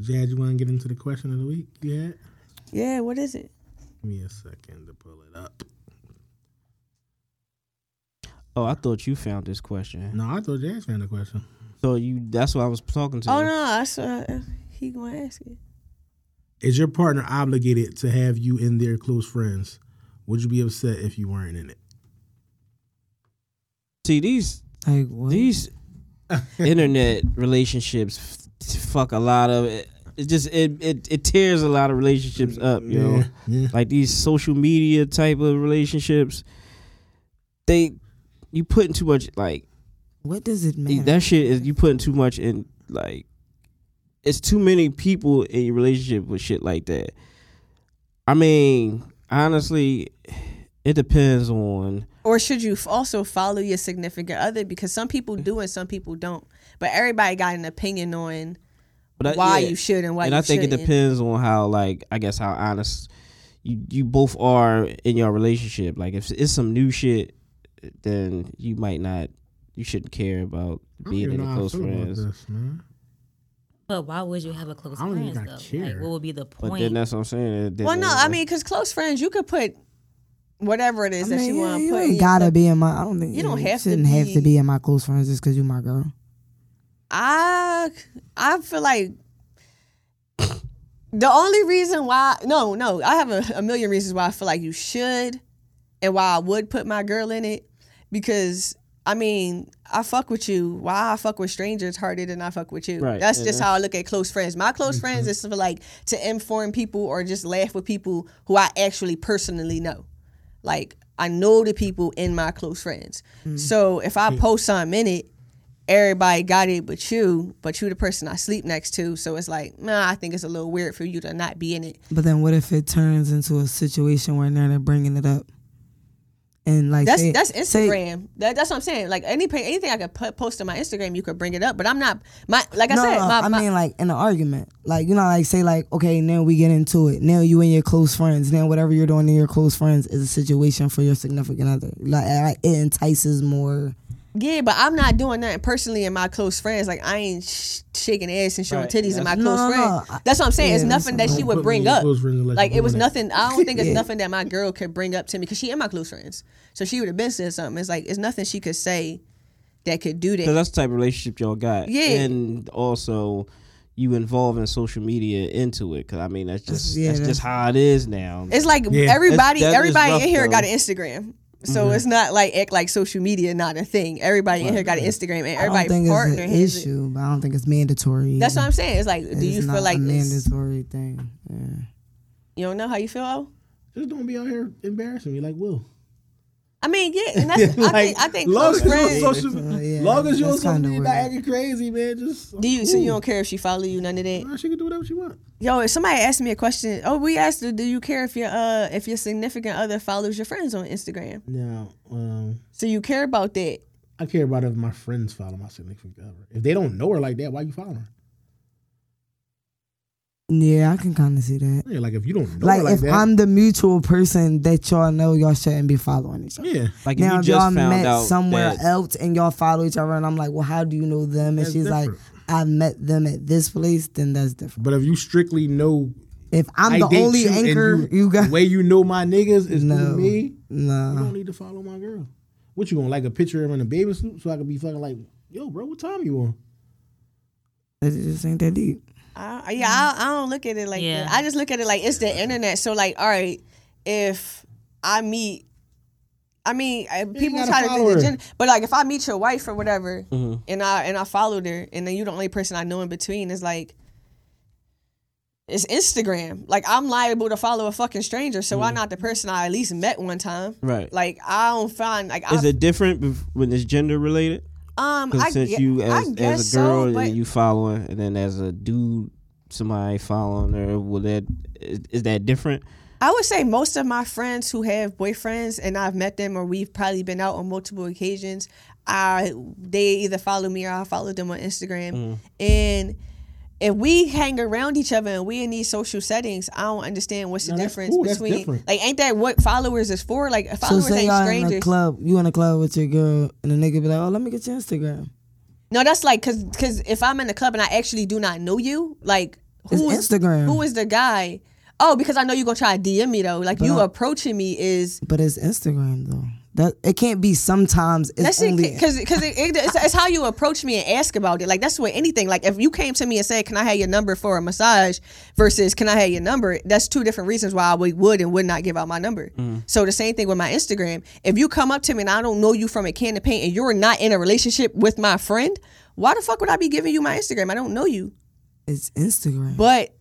B: Jad, you want to get into the question of the week? You had?
D: Yeah, what is it?
B: Give me a second to pull it up.
C: Oh, I thought you found this question.
B: No, I thought Jazz found the question.
C: So you that's what I was talking to.
D: Oh
C: you.
D: no, I saw he gonna ask it.
B: Is your partner obligated to have you in their close friends? Would you be upset if you weren't in it?
C: See these
E: Like what?
C: these internet relationships f- fuck a lot of it. It just it, it it tears a lot of relationships up, yo.
B: Yeah, yeah.
C: Like these social media type of relationships, they you putting too much like
E: What does it matter?
C: that shit is you putting too much in like it's too many people in your relationship with shit like that. I mean, honestly, it depends on
D: Or should you f- also follow your significant other? Because some people do and some people don't. But everybody got an opinion on
C: but I- Uh,
D: why
C: yeah.
D: you should and why
C: and
D: you
C: I think
D: shouldn't.
C: it depends on how like I guess how honest you you both are in your relationship. Like if it's some new shit, then you might not you shouldn't care about
B: I don't
C: being
B: even
C: in
B: know
C: a
B: how I
C: close
B: feel about
C: friends.
B: this, man.
G: But why would you have a close
B: I don't even
G: friends
B: gotta
G: though? Like,
B: care.
G: what would be the
C: But then
G: point?
C: that's what I'm saying. Then
D: Well, no,
C: it's
D: I
C: like-
D: mean, because close friends, you could put whatever it
E: I
D: is that
E: mean,
D: you
E: yeah,
D: want to
E: you
D: put. in
E: ain't
D: your
E: gotta
D: close-
E: be in my. I don't think
D: You don't have to
E: shouldn't have to
D: be-
E: be in my close friends just because you my girl.
D: I I feel like the only reason why no no I have a, a million reasons why I feel like you should and why I would put my girl in it because I mean I fuck with you why I fuck with strangers harder than I fuck with you
C: Right,
D: that's
C: and
D: just how I look at close friends my close friends is for like to inform people or just laugh with people who I actually personally know like I know the people in my close friends so if I post something in it everybody got it but you, but you the person I sleep next to. So it's like, nah, I think it's a little weird for you to not be in it.
E: But then what if it turns into a situation where now they're bringing it up? And like
D: That's
E: say-
D: that's
E: say-
D: Instagram. That, that's what I'm saying. Like any pa- anything I could put, post on my Instagram, you could bring it up. But I'm not my like I
E: no,
D: said.
E: no,
D: My,
E: I
D: my-
E: mean like in an argument. Like you know, like say like okay, now we get into it. Now you and your close friends. Now whatever you're doing to your close friends is a situation for your significant other. Like I- it entices more.
D: yeah, but I'm not doing nothing personally in my close friends. Like I ain't sh- shaking ass and showing
C: Right.
D: titties in my
C: That's-
D: close
E: No, no, no.
D: friends. That's what I'm saying. it's
E: Yeah,
D: nothing that
E: that's-
D: she
B: Put me
D: would
B: in
D: bring
B: your
D: up.
B: close friends and let you
D: Like
B: do
D: it was
B: that.
D: nothing. I don't think it's
E: Yeah.
D: nothing that my girl could bring up to me because she in my close friends. So she would have been said something. It's like it's nothing she could say that could do that.
C: Because that's the type of relationship y'all got.
D: Yeah.
C: And also, you involving social media into it. Because, I mean, that's just
E: yeah,
C: that's
E: that's-
C: just how it is now.
D: It's like
B: Yeah.
D: everybody,
C: That's- that is
D: everybody
C: rough,
D: in here
C: though. Mm-hmm.
D: got an Instagram. So it's not like act like social media not a thing. Everybody in here got an Instagram, and
E: I don't
D: everybody
E: think
D: partner
E: it's an
D: has it.
E: issue, but I don't think it's mandatory.
D: That's what
E: either.
D: I'm saying. It's like, do
E: It's
D: you
E: not
D: feel like
E: a
D: it's,
E: mandatory thing? Yeah.
D: you don't know how you feel? Al?
B: Just don't be out here embarrassing me like Will.
D: I mean, yeah, and that's, I think I think
B: long
D: close
B: as you on
D: friends.
B: social,
E: Uh, yeah,
B: long as you on
E: that's
B: social
E: kinda
B: media, not
E: weird.
B: acting crazy, man. Just
D: Do you so you
B: Ooh.
D: don't care if she follow you none of that?
B: Nah, she can do whatever she wants.
D: Yo, if somebody asked me a question, oh, we asked, her, do you care if your uh if your significant other follows your friends on Instagram?
B: Now, um,
D: So you care about that?
B: I care about if my friends follow my significant other. If they don't know her like that, why you follow her?
E: Yeah, I can kind of see that.
B: Yeah, like if you don't know
E: Like,
B: her like
E: if
B: that,
E: I'm the mutual person that y'all know, y'all shouldn't be following each other.
B: yeah,
C: like,
E: now,
C: if
E: if
C: you
E: y'all
C: just found
E: met
C: out
E: somewhere
C: that,
E: else and y'all follow each other, and I'm like, well, how do you know them? And
B: That's
E: she's like,
B: different.
E: I met them at this place, then that's different.
B: but if you strictly know,
E: If I'm
B: I
E: the
B: date
E: only
B: you and
E: anchor you, got,
B: the way you know my niggas is
E: No. Uh-huh.
B: through me. You
E: no.
B: don't need to follow my girl. What you gonna like a picture of her in a baby suit so I can be fucking like, yo, bro, what time you on?
E: It just ain't that deep.
D: I, yeah,
C: Mm-hmm.
D: I, I don't look at it like
G: Yeah.
D: that. I just look at it like it's the internet. So like, all right, if I meet, I mean, I, people
B: gotta
D: try to
B: follow
D: do the
B: her.
D: gender, but like if I meet your wife or whatever,
C: Mm-hmm.
D: and I and I followed her, and then you're the only person I know in between, is like. It's Instagram. Like I'm liable to follow a fucking stranger, so why not the person I at least met one time?
C: Mm-hmm. Right.
D: Like I don't find like
C: is
D: I,
C: it different bef- when it's gender related?
D: um
C: 'Cause
D: I
C: since
D: ge-
C: you,
D: I
C: as,
D: guess
C: as a girl,
D: so, but
C: and you following, and then as a dude, somebody following her? Will that is, is that different?
D: I would say most of my friends who have boyfriends and I've met them or we've probably been out on multiple occasions, I they either follow me or I follow them on Instagram.
E: Mm.
D: And if we hang around each other and we in these social settings, I don't understand what's the
B: No, that's
D: difference
B: cool. That's
D: between
B: different.
D: like ain't that what followers is for? Like
E: So
D: followers
E: say
D: ain't
E: y'all in a
D: strangers.
E: club, you in a club with your girl, and the nigga be like, "Oh, let me get your Instagram."
D: No, that's like cause cause if I'm in the club and I actually do not know you, like
E: It's
D: who is
E: Instagram.
D: who is the guy? Oh, because I know you're gonna try to DM me though. Like you
E: I-
D: approaching me is
E: But it's Instagram though. That it can't be. Sometimes it's
D: That's it,
E: only
D: because because it, it, it's, it's how you approach me and ask about it. Like that's what anything. Like if you came to me and said, "Can I have your number for a massage?" versus "Can I have your number?" That's two different reasons why I would, would and would not give out my number. So the same thing with my Instagram. If you come up to me and I don't know you from a can of paint and you're not in a relationship with my friend, why the fuck would I be giving you my Instagram? I don't know you.
E: it's Instagram.
D: But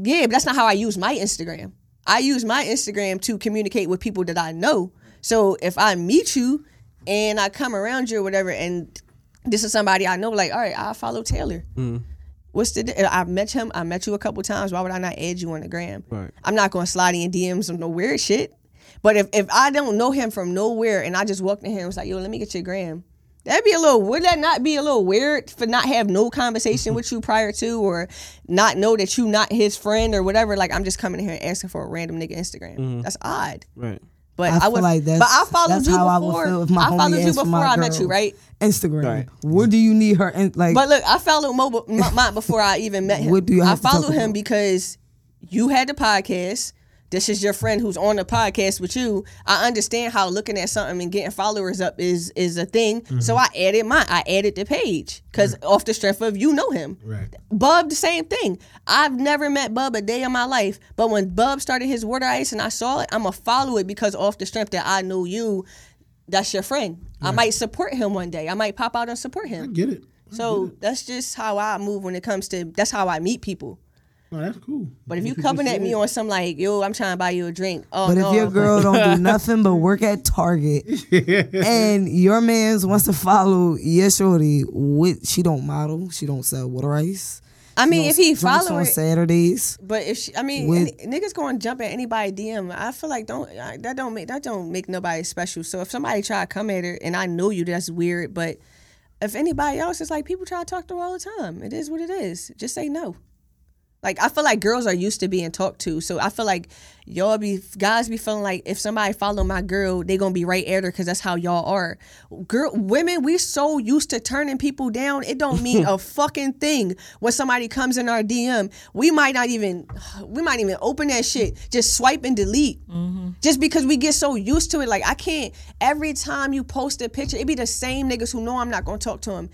D: yeah, but that's not how I use my Instagram. I use my Instagram to communicate with people that I know. So if I meet you and I come around you or whatever, and this is somebody I know, like, all right, I'll follow Taylor. What's the? di- I met him. I met you a couple times. Why would I not add you on the gram?
C: Right.
D: I'm not going to slide in DMs on no weird shit. But if, if I don't know him from nowhere and I just walked in here and was like, yo, let me get your gram. That'd be a little. Would that not be a little weird for not have no conversation with you prior to, or not know that you not his friend or whatever? Like I'm just coming in here and asking for a random nigga Instagram. That's odd.
C: Right.
D: But
E: I
D: I,
E: feel
D: would.
E: like that's-
D: but I followed
E: that's
D: you
E: how
D: before.
E: I
D: I,
E: would feel if my homie
D: followed you
E: asked for
D: before
E: my
D: I met
E: girl.
D: you, right?
E: Instagram.
C: Right.
E: Where do you need her? And like,
D: But look, I followed Mo Mont before I even met him.
E: What do you have to
D: I
E: talk
D: followed him
E: about?
D: because you had the podcast. This is your friend who's on the podcast with you. I understand how looking at something and getting followers up is is a thing. So
E: Mm-hmm.
D: I added mine. I added the page because off the strength of you know him.
B: Right.
D: Bub, the same thing. I've never met Bub a day in my life, but when Bub started his water ice and I saw it, I'ma follow it because off the strength that I know you, that's your friend. I might support him one day. I might pop out and support him.
B: I get it.
D: So that's just how I move when it comes to that's how I meet people.
B: No, that's cool.
D: But if you
B: What just
D: coming at me
B: said.
D: on some like, yo, I'm trying to buy you a drink. Oh
E: But
D: no.
E: if your girl don't do nothing but work at Target, and your man's wants to follow your shorty, with she don't model, she don't sell water ice.
D: I mean,
E: don't
D: if he
E: s- drinks
D: follow
E: on
D: it,
E: Saturdays,
D: but if she, I mean,
E: with-
D: any- niggas going to jump at anybody DM. I feel like don't I, that don't make that don't make nobody special. So if somebody try to come at her and I know you, that's weird. But if anybody else, it's like people try to talk to her all the time. It is what it is. Just say no. Like I feel like girls are used to being talked to, so I feel like y'all be guys be feeling like if somebody follow my girl, they gonna be right at her because that's how y'all are. Girl, women, we so used to turning people down. It don't mean a fucking thing when somebody comes in our DM. We might not even, we might even open that shit. Just swipe and delete, just because we get so used to it. Like I can't. Every time you post a picture, it be the same niggas who know I'm not gonna talk to them.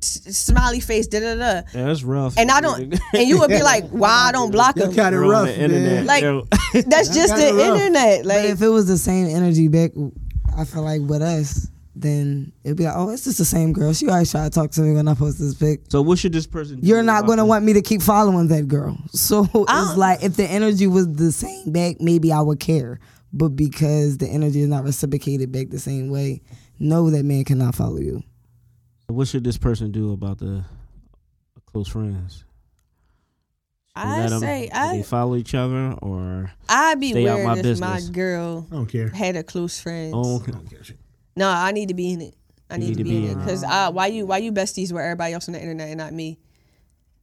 D: Smiley face, da da da.
C: Yeah, that's rough.
D: And I don't, and you would be like, why I don't block
B: Y'all
D: him?
B: kind of
C: We're on
B: rough,
C: the
B: man.
C: internet.
D: Like-
C: yo.
D: That's just the
B: kinda rough.
D: internet.
E: but
D: Like,
E: if it was the same energy back, I feel like with us, then it'd be like, oh, it's just the same girl. She always try to talk to me when I post this pic.
C: so what should this person? do
E: You're not
C: about
E: gonna
C: this?
E: want me to keep following that girl. So
D: Oh.
E: it's like if the energy was the same back, maybe I would care. But because the energy is not reciprocated back the same way, no, that man cannot follow you.
C: What should this person do about the close friends? They
D: I
C: let 'em-
D: say,
C: do they
D: I,
C: follow each other or
D: I be
C: stay out
D: weird
C: my
D: if
C: business.
D: my girl
B: I don't care.
D: had a close friend.
C: oh, okay.
B: I don't give a shit.
D: No, I need to be in it. I need, to, be, in it because why you why you besties with everybody else on the internet and not me?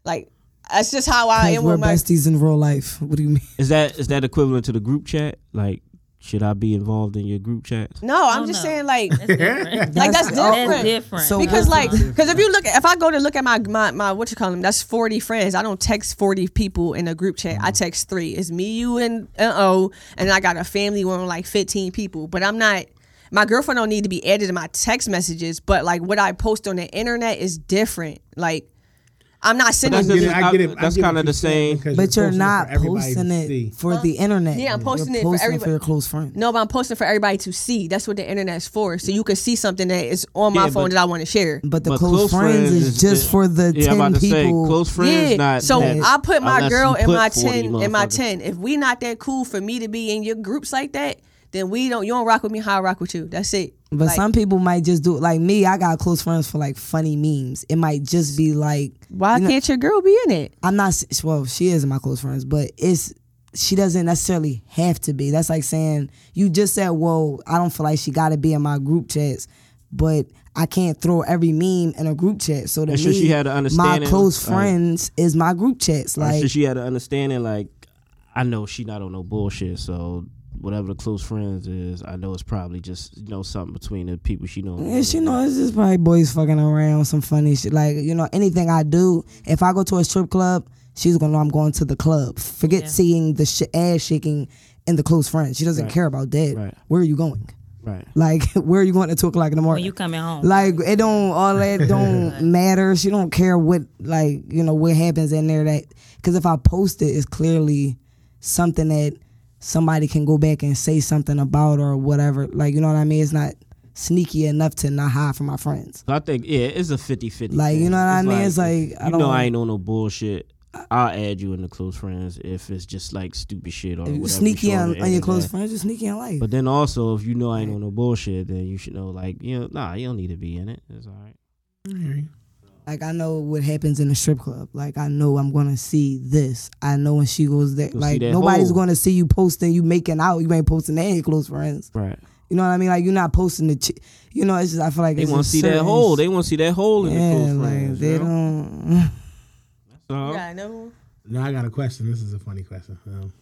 D: Like, that's just how I
E: Because
D: am
E: we're
D: Uh, with my.
E: besties in real life. What do you mean?
C: is that is that equivalent to the group chat? Like, should I be involved in your group chat?
D: No, I'm
G: Oh,
D: just
G: no.
D: saying like.
G: different.
D: Like that's
E: Oh,
D: different.
G: That's different.
E: So
D: because
E: Uh-huh.
D: like because if you look at if I go to look at my my, my what you call them that's 40 friends I don't text 40 people in a group chat I text three it's me you and uh oh and I got a family with like 15 people but I'm not my girlfriend don't need to be added to my text messages but like what I post on the internet is different like I'm not
C: But
D: sending
C: that's
B: Get it, I get it. I
C: That's
B: get what
C: kinda
B: you're
C: the
B: saying
C: same-
B: because
E: But you're
B: posting it
E: not
B: for everybody to
E: posting
B: see.
E: it for the internet.
D: Yeah, I'm posting
E: You're
D: it for
E: posting
D: everybody.
E: your close friends.
D: no but I'm posting for everybody to see that's what the internet's for so you can see something that is on my
C: Yeah,
D: phone
C: but-
D: that I want to share
E: But the close, friends, is just
C: di-
E: for the
C: yeah, I'm
E: ten
C: about to say,
E: people.
C: close friends, not
D: so
C: that-
D: I put my
C: unless
D: girl
C: you
D: in
C: put
D: my
C: 40
D: ten in my
C: motherfuckers.
D: ten. If we not that cool for me to be in your groups like that, then we don't. You don't rock with me. How I rock with you. That's it.
E: But
D: Like,
E: some people might just do like me. I got close friends for like funny memes. It might just be like
D: why
E: you know-
D: can't your girl be in it?
E: I'm not. s- Well, she is my close friends, but it's she doesn't necessarily have to be. That's like saying you just said, "Well, I don't feel like she got to be in my group chats," but I can't throw every meme in a group chat. So to
C: And
E: me,
C: should she had an
E: my
C: understanding,
E: close
C: like- Oh,
E: friends is my group chats.
C: Like,
E: Like
C: she had an understanding, like, I know she not on no bullshit, so whatever the close friends is, I know it's probably just, you know, something between the people she know.
E: Yeah, she know it's just probably boys fucking around, some funny shit. Like, you know, anything I do, if I go to a strip club, she's gonna know I'm going to the club. Forget seeing the sh- ass shaking and the close friends. She doesn't care about that.
C: Right.
E: Where are you going?
C: Right.
E: Like, where are you going at two o'clock in the
G: When
E: morning?
G: you coming home,
E: like, it don't all that don't matter. She don't care what like you know what happens in there. That because if I post it, it's clearly something that somebody can go back and say something about or whatever. Like, you know what I mean? It's not sneaky enough to not hide from my friends.
C: So I think, yeah, it's a 50 50.
E: Like, you know what I mean? It's like, I
C: you know,
E: don't-
C: I ain't on no bullshit. I'll add you in the close friends if it's just like stupid shit or
E: You
C: whatever.
E: sneaky
C: you saw
E: on,
C: the
E: on your close
C: internet.
E: friends, you sneaky on life.
C: But then also, if you know I ain't on no bullshit, then you should know, like, you know, nah, you don't need to be in it. It's all right.
E: Like I know what happens in a strip club. Like I know I'm gonna see this. I know when she goes there.
C: You'll see
E: like
C: that
E: nobody's
C: hole.
E: gonna see you posting you making out. You ain't posting that in your close friends.
C: Right.
E: You know what I mean? Like you're not posting the. Ch- you know, it's just I feel like
C: They
E: it's
C: want to
E: just
C: see that
E: certain-
C: hole. They want to see that hole in
E: yeah,
C: the close
E: like
C: friends.
E: they
C: yo.
E: don't.
C: So,
D: Yeah, another one.
B: Now I got a question. This is a funny question. Um,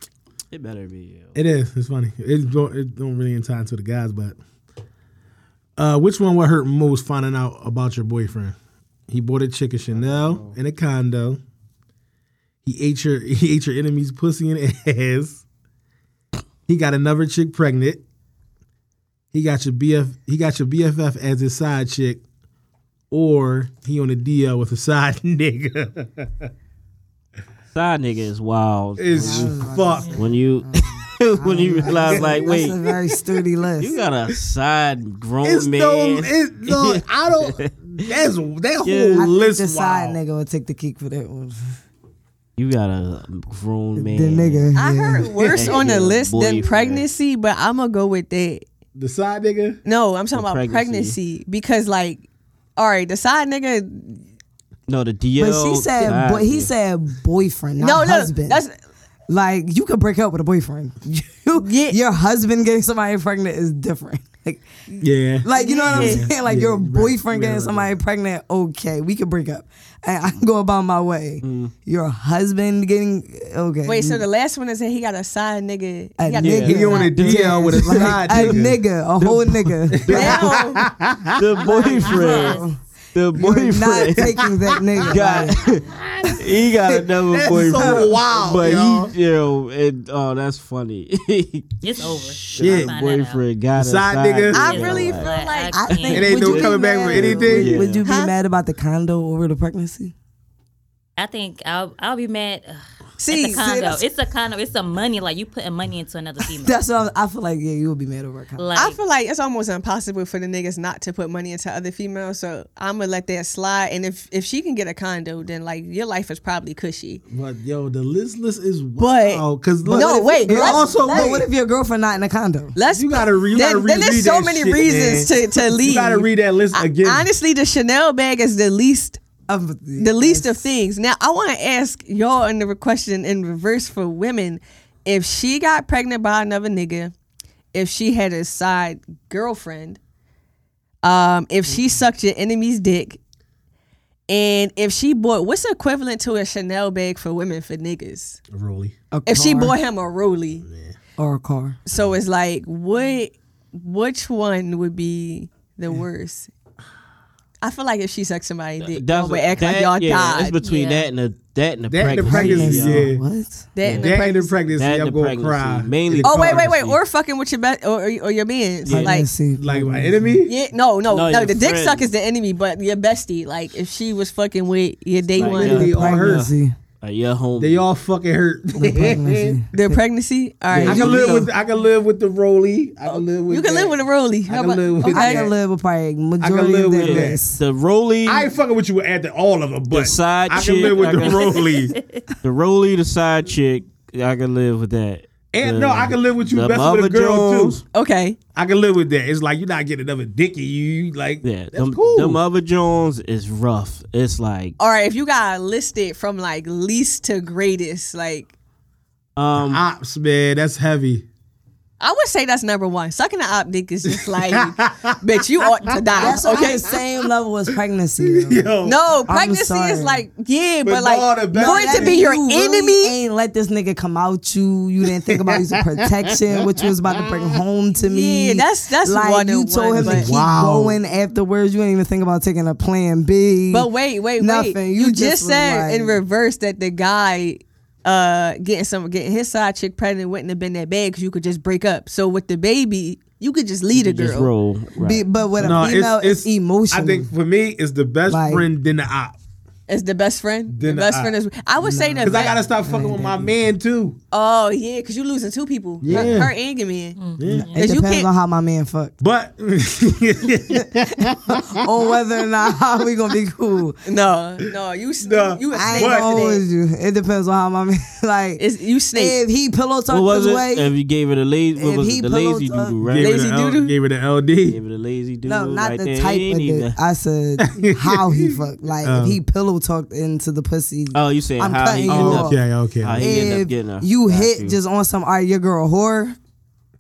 C: It better be. yo.
B: It is. It's funny. It don't, it don't really tie into the guys, but uh, which one would hurt most finding out about your boyfriend? He bought a chick a Chanel and a condo. He ate your he ate your enemy's pussy and ass. He got another chick pregnant. He got your BF he got your BFF as his side chick, or he on a DL with a side nigga.
C: Side nigga is wild.
B: It's fuck.
C: when you when you realize, like, wait,
E: That's a very sturdy list.
C: you got a side grown
B: It's
C: man.
B: no, it's no. I don't. That's that whole
C: Yeah. I
E: I think
B: list.
E: the side
B: wild.
E: nigga would take the kick for that one.
C: you got a grown man.
E: The nigga.
D: I heard worse on
C: Yeah,
D: the list than
C: boyfriend.
D: pregnancy, but I'm gonna go with that.
B: The side nigga.
D: No, I'm talking
C: The
D: about pregnancy.
C: pregnancy.
D: because like, all right, the side nigga.
C: No, the DL.
E: But she said,
C: side
E: boy, he
C: nigga.
E: said boyfriend, not
D: No, no,
E: husband.
D: that's
E: like you could break up with a boyfriend. You,
D: Yeah.
E: Your husband getting somebody pregnant is different. Like,
B: Yeah.
E: like you know what
D: Yeah.
E: I'm saying? Like
B: Yeah,
E: your
B: right, right,
E: boyfriend getting
B: right,
E: somebody pregnant, okay, we could break up. I, I can go about my way.
C: Mm.
E: Your husband getting okay.
D: wait. So the last one is that he got a side nigga.
E: A
D: He got
E: nigga.
B: He on a DL with a
E: Like,
B: side
E: a
B: nigga.
E: nigga, a whole nigga. Like,
D: Now,
C: the boyfriend. the
E: You're not
C: boyfriend.
E: taking that nigga.
C: got
E: Like,
C: he got another
B: That's
C: boyfriend.
B: so wild,
C: but
B: y'all.
C: he, you know, and oh, that's funny.
G: it's over.
B: Shit,
G: I'll find that out.
C: boyfriend got a
B: Side
C: side
B: nigga.
D: I
G: It's
D: really
G: over.
D: feel like-
E: I think
B: It
G: can't.
B: ain't
E: would
B: no
E: you be
B: coming back with
E: mad-
B: anything?
C: Yeah.
E: Would you be
D: Huh?
E: mad about the condo over the pregnancy?
G: I think I'll I'll be mad. Ugh,
D: see,
G: it's a condo.
E: that's-
G: it's a condo. It's a money. Like you putting money into another female.
E: That's what I'm, I feel like. Yeah, you would be mad over a condo.
G: like
D: I feel like it's almost impossible for the niggas not to put money into other females. So I'm gonna let that slide. And if if she can get a condo, then like your life is probably cushy.
B: But yo, the list list is
D: But-
B: wild. Cause look,
D: No, wait,
B: And
D: let's-
B: also,
E: But
B: look,
E: what if your girlfriend not in a condo?
D: Let's
B: you gotta read.
D: There- there's so many reasons to to leave.
B: You gotta read that list
D: I-
B: again.
D: honestly, the Chanel bag is the least
E: Of
D: the least of things. Now, I want to ask y'all in the question in reverse for women: if she got pregnant by another nigga, if she had a side girlfriend, um, if
C: Mm-hmm.
D: she sucked your enemy's dick, and if she bought what's equivalent to a Chanel bag for women for niggas?
B: Rolly.
E: a
D: If she
E: car
D: bought him a Rollie,
E: or a car,
D: so it's like what? Which one would be the worst? I feel like if she sucked somebody's dick, y'all would act like
C: that-
D: y'all
C: yeah,
D: died.
C: It's between
G: Yeah.
C: that and the that and the
B: That and the
C: pregnancy.
B: pregnancy,
C: yo.
B: yeah.
E: what?
D: That and the
B: That ain't
D: pregnancy.
B: the pregnancy.
C: That
B: I'm
C: the
B: gonna
C: pregnancy.
B: cry.
C: Mainly-
D: Oh wait, wait, wait!
C: pregnancy.
D: Or fucking with your best or, or, or your man's like.
E: Pregnancy.
B: like my enemy.
D: Yeah, no, no,
C: No,
D: no.
C: your
D: the dick
C: friend.
D: suck is the enemy, but your bestie, like if she was fucking with your day
C: Like,
D: one,
C: yeah.
B: They all hurt.
E: pregnancy.
C: Like, your homie.
B: They all fucking hurt.
E: pregnancy.
D: their pregnancy. All right,
B: I can live with. I can live with the Rolly. I can live with.
D: you can
B: that.
D: live with a rollie.
B: I can live with
E: I
B: that.
E: can live with probably majority
B: live
E: of
B: with
E: that
B: that.
E: list.
C: the Rolly,
B: I ain't fucking with you at the, all of them, but
C: side
B: I can
C: chick,
B: live with
C: I
B: the
C: guess.
B: Rolly.
C: the Rolly, the side chick. I can live with that.
B: And no, I can live with you
C: the
B: messing with a
C: Mama
B: girl
C: Jones.
B: too.
D: Okay.
B: I can live with that. It's like you're not getting another dick in you. You Like
C: Yeah,
B: that's
C: them,
B: cool.
C: them other Jones is rough. It's like
D: All right. If you got listed from like least to greatest, like
C: um
B: Ops, man, that's heavy.
D: I would say that's number one. Sucking an op dick is just like, bitch, you ought to die.
E: That's on
D: Okay.
E: the same level as pregnancy. though.
B: Yo,
D: No,
E: I'm
D: pregnancy
E: sorry.
D: is like, yeah, but,
B: But no, the
D: like,
B: best-
D: for it
E: That
D: to be your
E: you really
D: enemy.
E: Ain't let this nigga come out you. You didn't think about using protection, which you was about to bring home to me.
D: Yeah, that's- that's
E: like
D: one
E: you
D: and
E: told
D: one,
E: him to
D: but-
E: keep
B: Wow.
E: going afterwards. You didn't even think about taking a plan B.
D: But wait, wait, wait.
E: Nothing. You
D: You,
E: just
D: just,
E: was
D: said
E: like-
D: in reverse that the guy uh getting some getting his side chick pregnant wouldn't have been that bad because you could just break up. So with the baby, you could just lead a girl.
C: just roll. Right.
E: Be- but with
B: no,
E: a female, it's, emotional.
B: I think for me, it's the best
E: Like-
B: friend than the op.
D: As the best friend,
B: Then
D: the best
B: I-
D: friend is. I would say that.
B: Cause I gotta stop fucking with my man too.
D: oh yeah, because you're losing two people. Her-
B: Yeah.
D: Her, and your man.
E: it
D: 'Cause you
E: depends
D: can't-
E: on how my man fucked,
B: But
E: or whether or not how we gonna be cool.
D: No, no, you s-
B: No,
D: you a
E: I
D: snake
E: ain't gonna
D: after
E: hold
D: that.
E: you. It depends on how my man like.
D: It's, you snake.
E: if he pillow talked
C: what was
E: his
C: it?
E: way,
C: If you gave it a lazy, what
E: If
C: was
E: he
C: it? The lazy
E: pillows
C: doo
E: up-
C: doo, right?
B: gave,
D: Lazy
B: it an L,
D: doo-doo?
B: gave it an LD.
C: Gave it a lazy doo.
E: No, not
C: right
E: the
C: there.
E: type
C: He
E: of
C: ain't
E: dick.
C: even- Um.
E: I said how he fucked. Like if he pillow talked into the pussy.
C: Oh, you saying
E: I'm
C: how
E: cutting
C: he
E: you
C: ended
E: off.
C: up?
B: okay, Oh, okay.
C: How he ended up
E: if
C: getting her.
E: you
C: Got
E: hit
C: you.
E: just on some, are your girl a whore?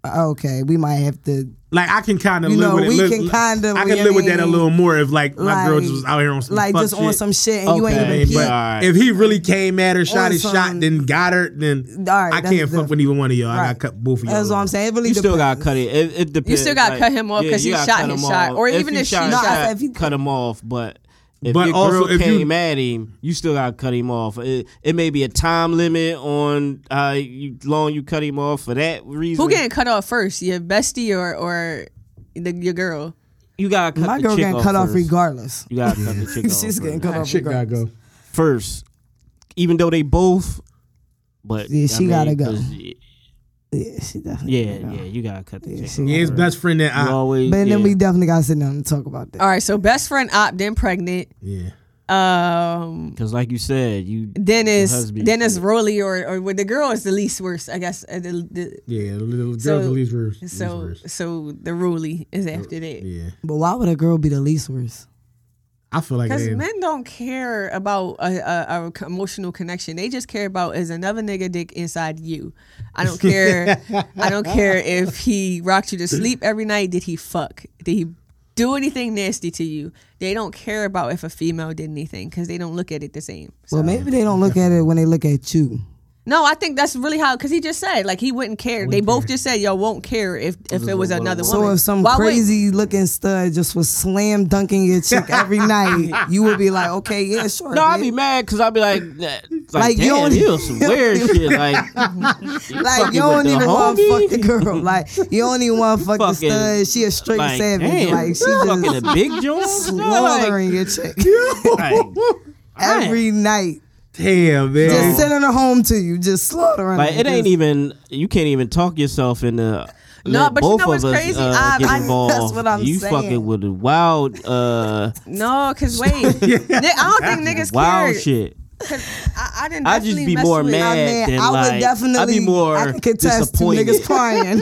E: uh, Okay, we might have to.
B: like I can kind of
E: You
B: live
E: know,
B: with it.
E: we
B: Live-
E: can kinda-
B: I
E: you
B: can live with that a
E: mean,
B: little more if like my girl
E: like-
B: just was out here on some
E: Like
B: fuck
E: just
B: shit.
E: on some shit and you ain't
C: Okay,
E: even.
B: But
E: peep.
C: All right.
B: if he really came at her,
E: Or
B: shot his
E: some-
B: shot, then got her, then
E: All right,
B: I
E: that's
B: can't fuck with either one of y'all. I
E: Right.
B: got cut both of y'all.
E: That's what I'm saying. It really
C: You still gotta
E: depends.
C: cut it. It, it depends.
D: You still gotta
C: like,
D: cut him off 'cause he
C: you gotta
D: shot
C: cut
D: his
C: him
D: shot.
C: off.
D: Or
C: If
D: even
C: you
D: if
C: shot
D: she
C: his
E: shot-
C: shot,
E: if he-
C: cut him off. But if
B: But
C: your
B: also
C: girl
B: if you-
C: came at him, you still gotta cut him off. It, it may be a time limit on how you, long you cut him off for that reason.
D: Who getting cut off first? Your bestie or or the, your girl?
C: you gotta cut
E: My
C: the
E: girl
C: chick
E: getting cut off
C: first.
E: regardless.
C: You gotta cut the chick off.
E: She's getting
C: first.
E: cut off
B: Shit gotta
E: regardless.
B: go.
C: first, even though they both. But
E: Yeah, she gotta go.
C: 'cause,
E: Yeah, she definitely.
C: Yeah, yeah, you gotta cut the chick
E: she Ah.
C: off.
B: Yeah, his
C: first.
B: best friend that
C: You
B: I.
C: always,
E: But
C: yeah.
E: then we definitely gotta sit down and talk about that.
D: All right, so best friend op, then pregnant.
B: Yeah.
D: Um,
C: Because, like you said, you
D: Dennis,
C: husband-
D: Dennis Rowley, or or with the girl is the least worst, I guess. uh, the,
B: Yeah, the little girl
D: So-
B: the least worst.
D: the,
B: least
D: so
B: worst.
D: so the Rowley is after that
B: Yeah.
E: But why would a girl be the least worst?
B: I feel like
D: because
B: it is.
D: men don't care about a, a, a c- emotional connection. They just care about is another nigga dick inside you. I don't care. I don't care if he rocked you to sleep every night. Did he fuck? Did he do anything nasty to you? They don't care about if a female did anything because they don't look at it the same.
E: Well, maybe they don't look at it when they look at you.
D: No, I think that's really how because he just said like he wouldn't care. they both just said y'all won't care if if it was another woman.
E: So if some
D: Why would-
E: crazy looking stud just was slam dunking your chick every night, you would be like, okay, yeah, sure.
C: No, I'd
E: bitch.
C: be mad because I'd be like, like,
E: Like,
C: like
E: you
C: damn,
E: don't-
C: you was some weird shit. Like,
E: Like you
C: fucking
E: don't
C: with the
E: even want to
C: homie?
E: fuck the girl. Like you don't even want to fuck the
C: Fucking-
E: stud. She a straight
C: like,
E: savage.
C: damn,
E: Like she
C: fucking a
E: just
C: big Jones. No, like,
E: slaughtering your chick
C: like,
E: every night.
B: Damn, man.
E: Just sending her home to you. Just slaughtering.
C: like,
E: her.
C: it ain't even. You can't even talk yourself into.
D: No,
C: let
D: but you
C: both
D: know
C: of
D: what's
C: us,
D: crazy?
C: Uh,
D: I-
C: get
D: I-
C: involved.
E: that's what I'm
C: you
E: saying.
C: fucking with a wild, uh,
D: no, because wait, Ni- I don't think niggas
C: wild
D: care.
C: shit.
D: I, I didn't.
C: I'd just
D: definitely
C: be
D: mess
C: more
D: with-
E: I
C: mad.
E: mean,
C: then,
E: I would
C: like,
E: definitely.
C: I'd be more
E: I can contest to
C: disappointed.
E: niggas crying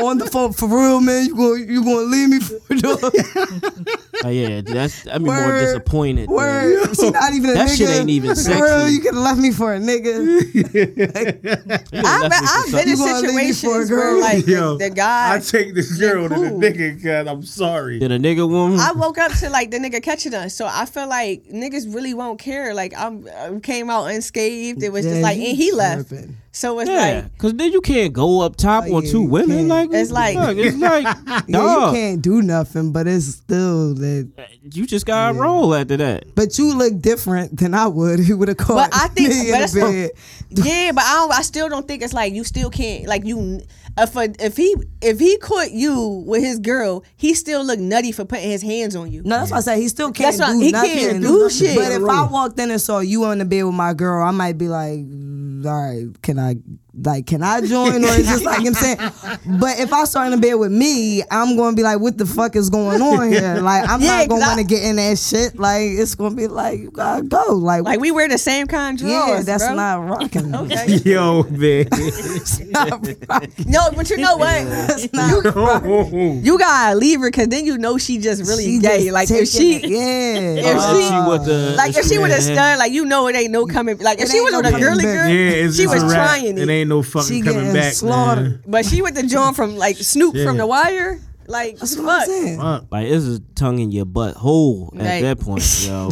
E: on the phone for real, man. You going you gonna leave me for the
C: Uh, yeah, that's. I'd be more
E: Word.
C: disappointed. than-
E: word? She not even a
C: That
E: nigga.
C: shit ain't even
E: For real,
C: sexy.
E: you could have left me for a nigga.
C: You
D: I've,
C: left me for
D: I've been
C: something.
D: in
E: You gonna leave me
D: situations
E: for a
D: where
E: girl?
D: like
B: Yo,
D: the, the guy.
B: I take this girl to
D: cool.
B: the nigga because I'm sorry.
C: Then a nigga woman.
D: I woke up to like the nigga catching us, so I feel like niggas really won't care. Like I'm I came out unscathed. It was
E: Yeah,
D: just like
E: you
D: and he left,
E: tripping.
D: so it's
C: Yeah,
D: like
C: cause then you can't go up top
E: Oh,
C: on
E: yeah,
C: two
E: you
C: women
E: can't.
C: like
D: It's like-
C: look, it's like
E: Yeah, you
C: dog. You,
E: can't do nothing, but it's still that.
C: just gotta roll after that.
E: But you look different than I would. Who would have caught?
D: But I think-
E: me
D: but
E: in the
D: that's what-
E: bed.
D: Yeah, but I, don't, I still don't think it's like you still can't like you if a, if he if he caught you with his girl, he still look nutty for putting his hands on you.
E: No, that's why I said he still can't
D: That's why-
E: do
D: he
E: nothing.
D: can't do shit.
E: But if I walked in and saw you on the bed with my girl, I might be like, all "Mm, right, can I like, can I join? Or it's just like I'm saying. But if I start in the bed with me, I'm gonna be like, what the fuck is going on here? Like, I'm
D: Yeah,
E: not gonna
D: 'cause I-
E: want to get in that shit. Like, it's gonna be like, you gotta go. Like,
D: Like we wear the same kind of drawers.
E: yeah, that's
D: bro.
E: not rocking.
D: Okay.
B: Yo, man.
E: It's not rocking.
D: no, but you know what?
E: It's not
B: Oh,
E: rocking.
D: You gotta leave her because then you know she just really
E: She
D: gay.
E: just
D: like if she,
E: taking it.
D: if
E: yeah.
D: she-
C: she would the
D: like if she would have
C: had-
D: stud, like you know it ain't no coming. Like if
E: It
D: she
E: ain't
D: was
E: no
D: with a
E: coming
D: girly girl,
E: back.
B: Yeah, it's
D: she
B: it's
D: was
B: a wrap. It
D: trying it,
B: ain't no fucking
E: She
B: coming
E: getting
B: back.
E: slaughtered.
D: but she with the John from like Snoop from
B: Yeah.
D: The Wire. Like
E: That's what I'm
D: fuck.
E: saying.
B: Man. Fuck.
C: Like this is tongue in your butt hole at
D: Right.
C: that point, yo.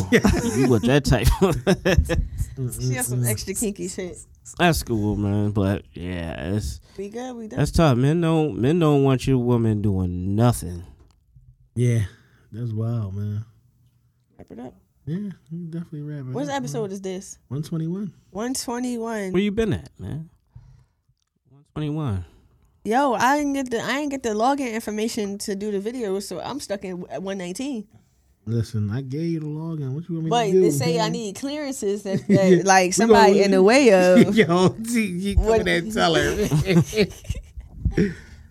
C: you with that type?
D: She has
B: Mm-hmm.
D: some extra kinky shit.
C: that's cool, man. But yeah, it's
D: We good. We done.
C: that's tough. Men don't men don't want your woman doing nothing.
B: Yeah, that's wild, man.
D: Wrap it up.
B: Yeah, you definitely right. man.
D: What episode is this?
B: One twenty one.
D: One twenty
C: Where
D: one.
C: you been at, man? One twenty one.
D: Yo, I didn't get the I didn't get the login information to do the video, so I'm stuck in one nineteen.
B: Listen, I gave you the login. What you want me
D: But
B: to do?
D: they say I need clearances that,
B: Yeah.
D: that
B: We
D: like somebody
B: gonna-
D: in the way of.
B: Yo, T, you
D: What-
B: coming there and tell her.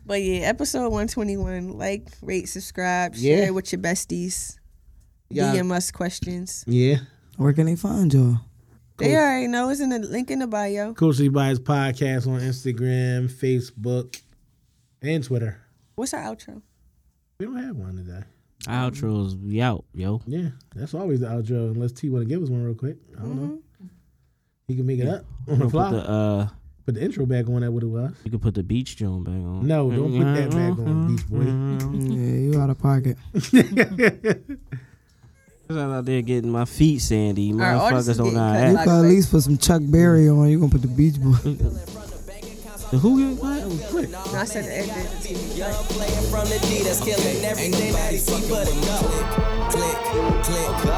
D: But yeah, episode 121. Like, rate, subscribe,
B: Yeah.
D: share it with your besties.
B: Yeah.
D: DM us questions.
B: yeah.
E: Where can they find y'all?
D: They already know it's in the link in the bio.
B: Coachly Bias podcast on Instagram, Facebook, and Twitter.
D: What's our outro?
B: We don't have one today.
C: Outros be out, yo.
B: Yeah, that's always the outro. Unless T want to give us one real quick. I don't know. He can make it up on the
C: Put the
B: fly.
C: uh,
B: Put the intro back on. That what it was.
C: you can put the beach joint back on. Mm-hmm.
B: No, don't put that back on, Beach Boy.
E: Yeah, you out of pocket.
C: I'm out there getting my feet sandy.
D: Our artists
C: Motherfuckers
D: is
C: on
D: getting
C: our
D: cut
C: ass.
E: You could at least put some Chuck Berry on. You gonna put the Beach Boy.
C: Who get what?
D: No, I said the end.
F: Young playing from the D that's killing everything that he see but enough. Oh,
A: Click, click, click.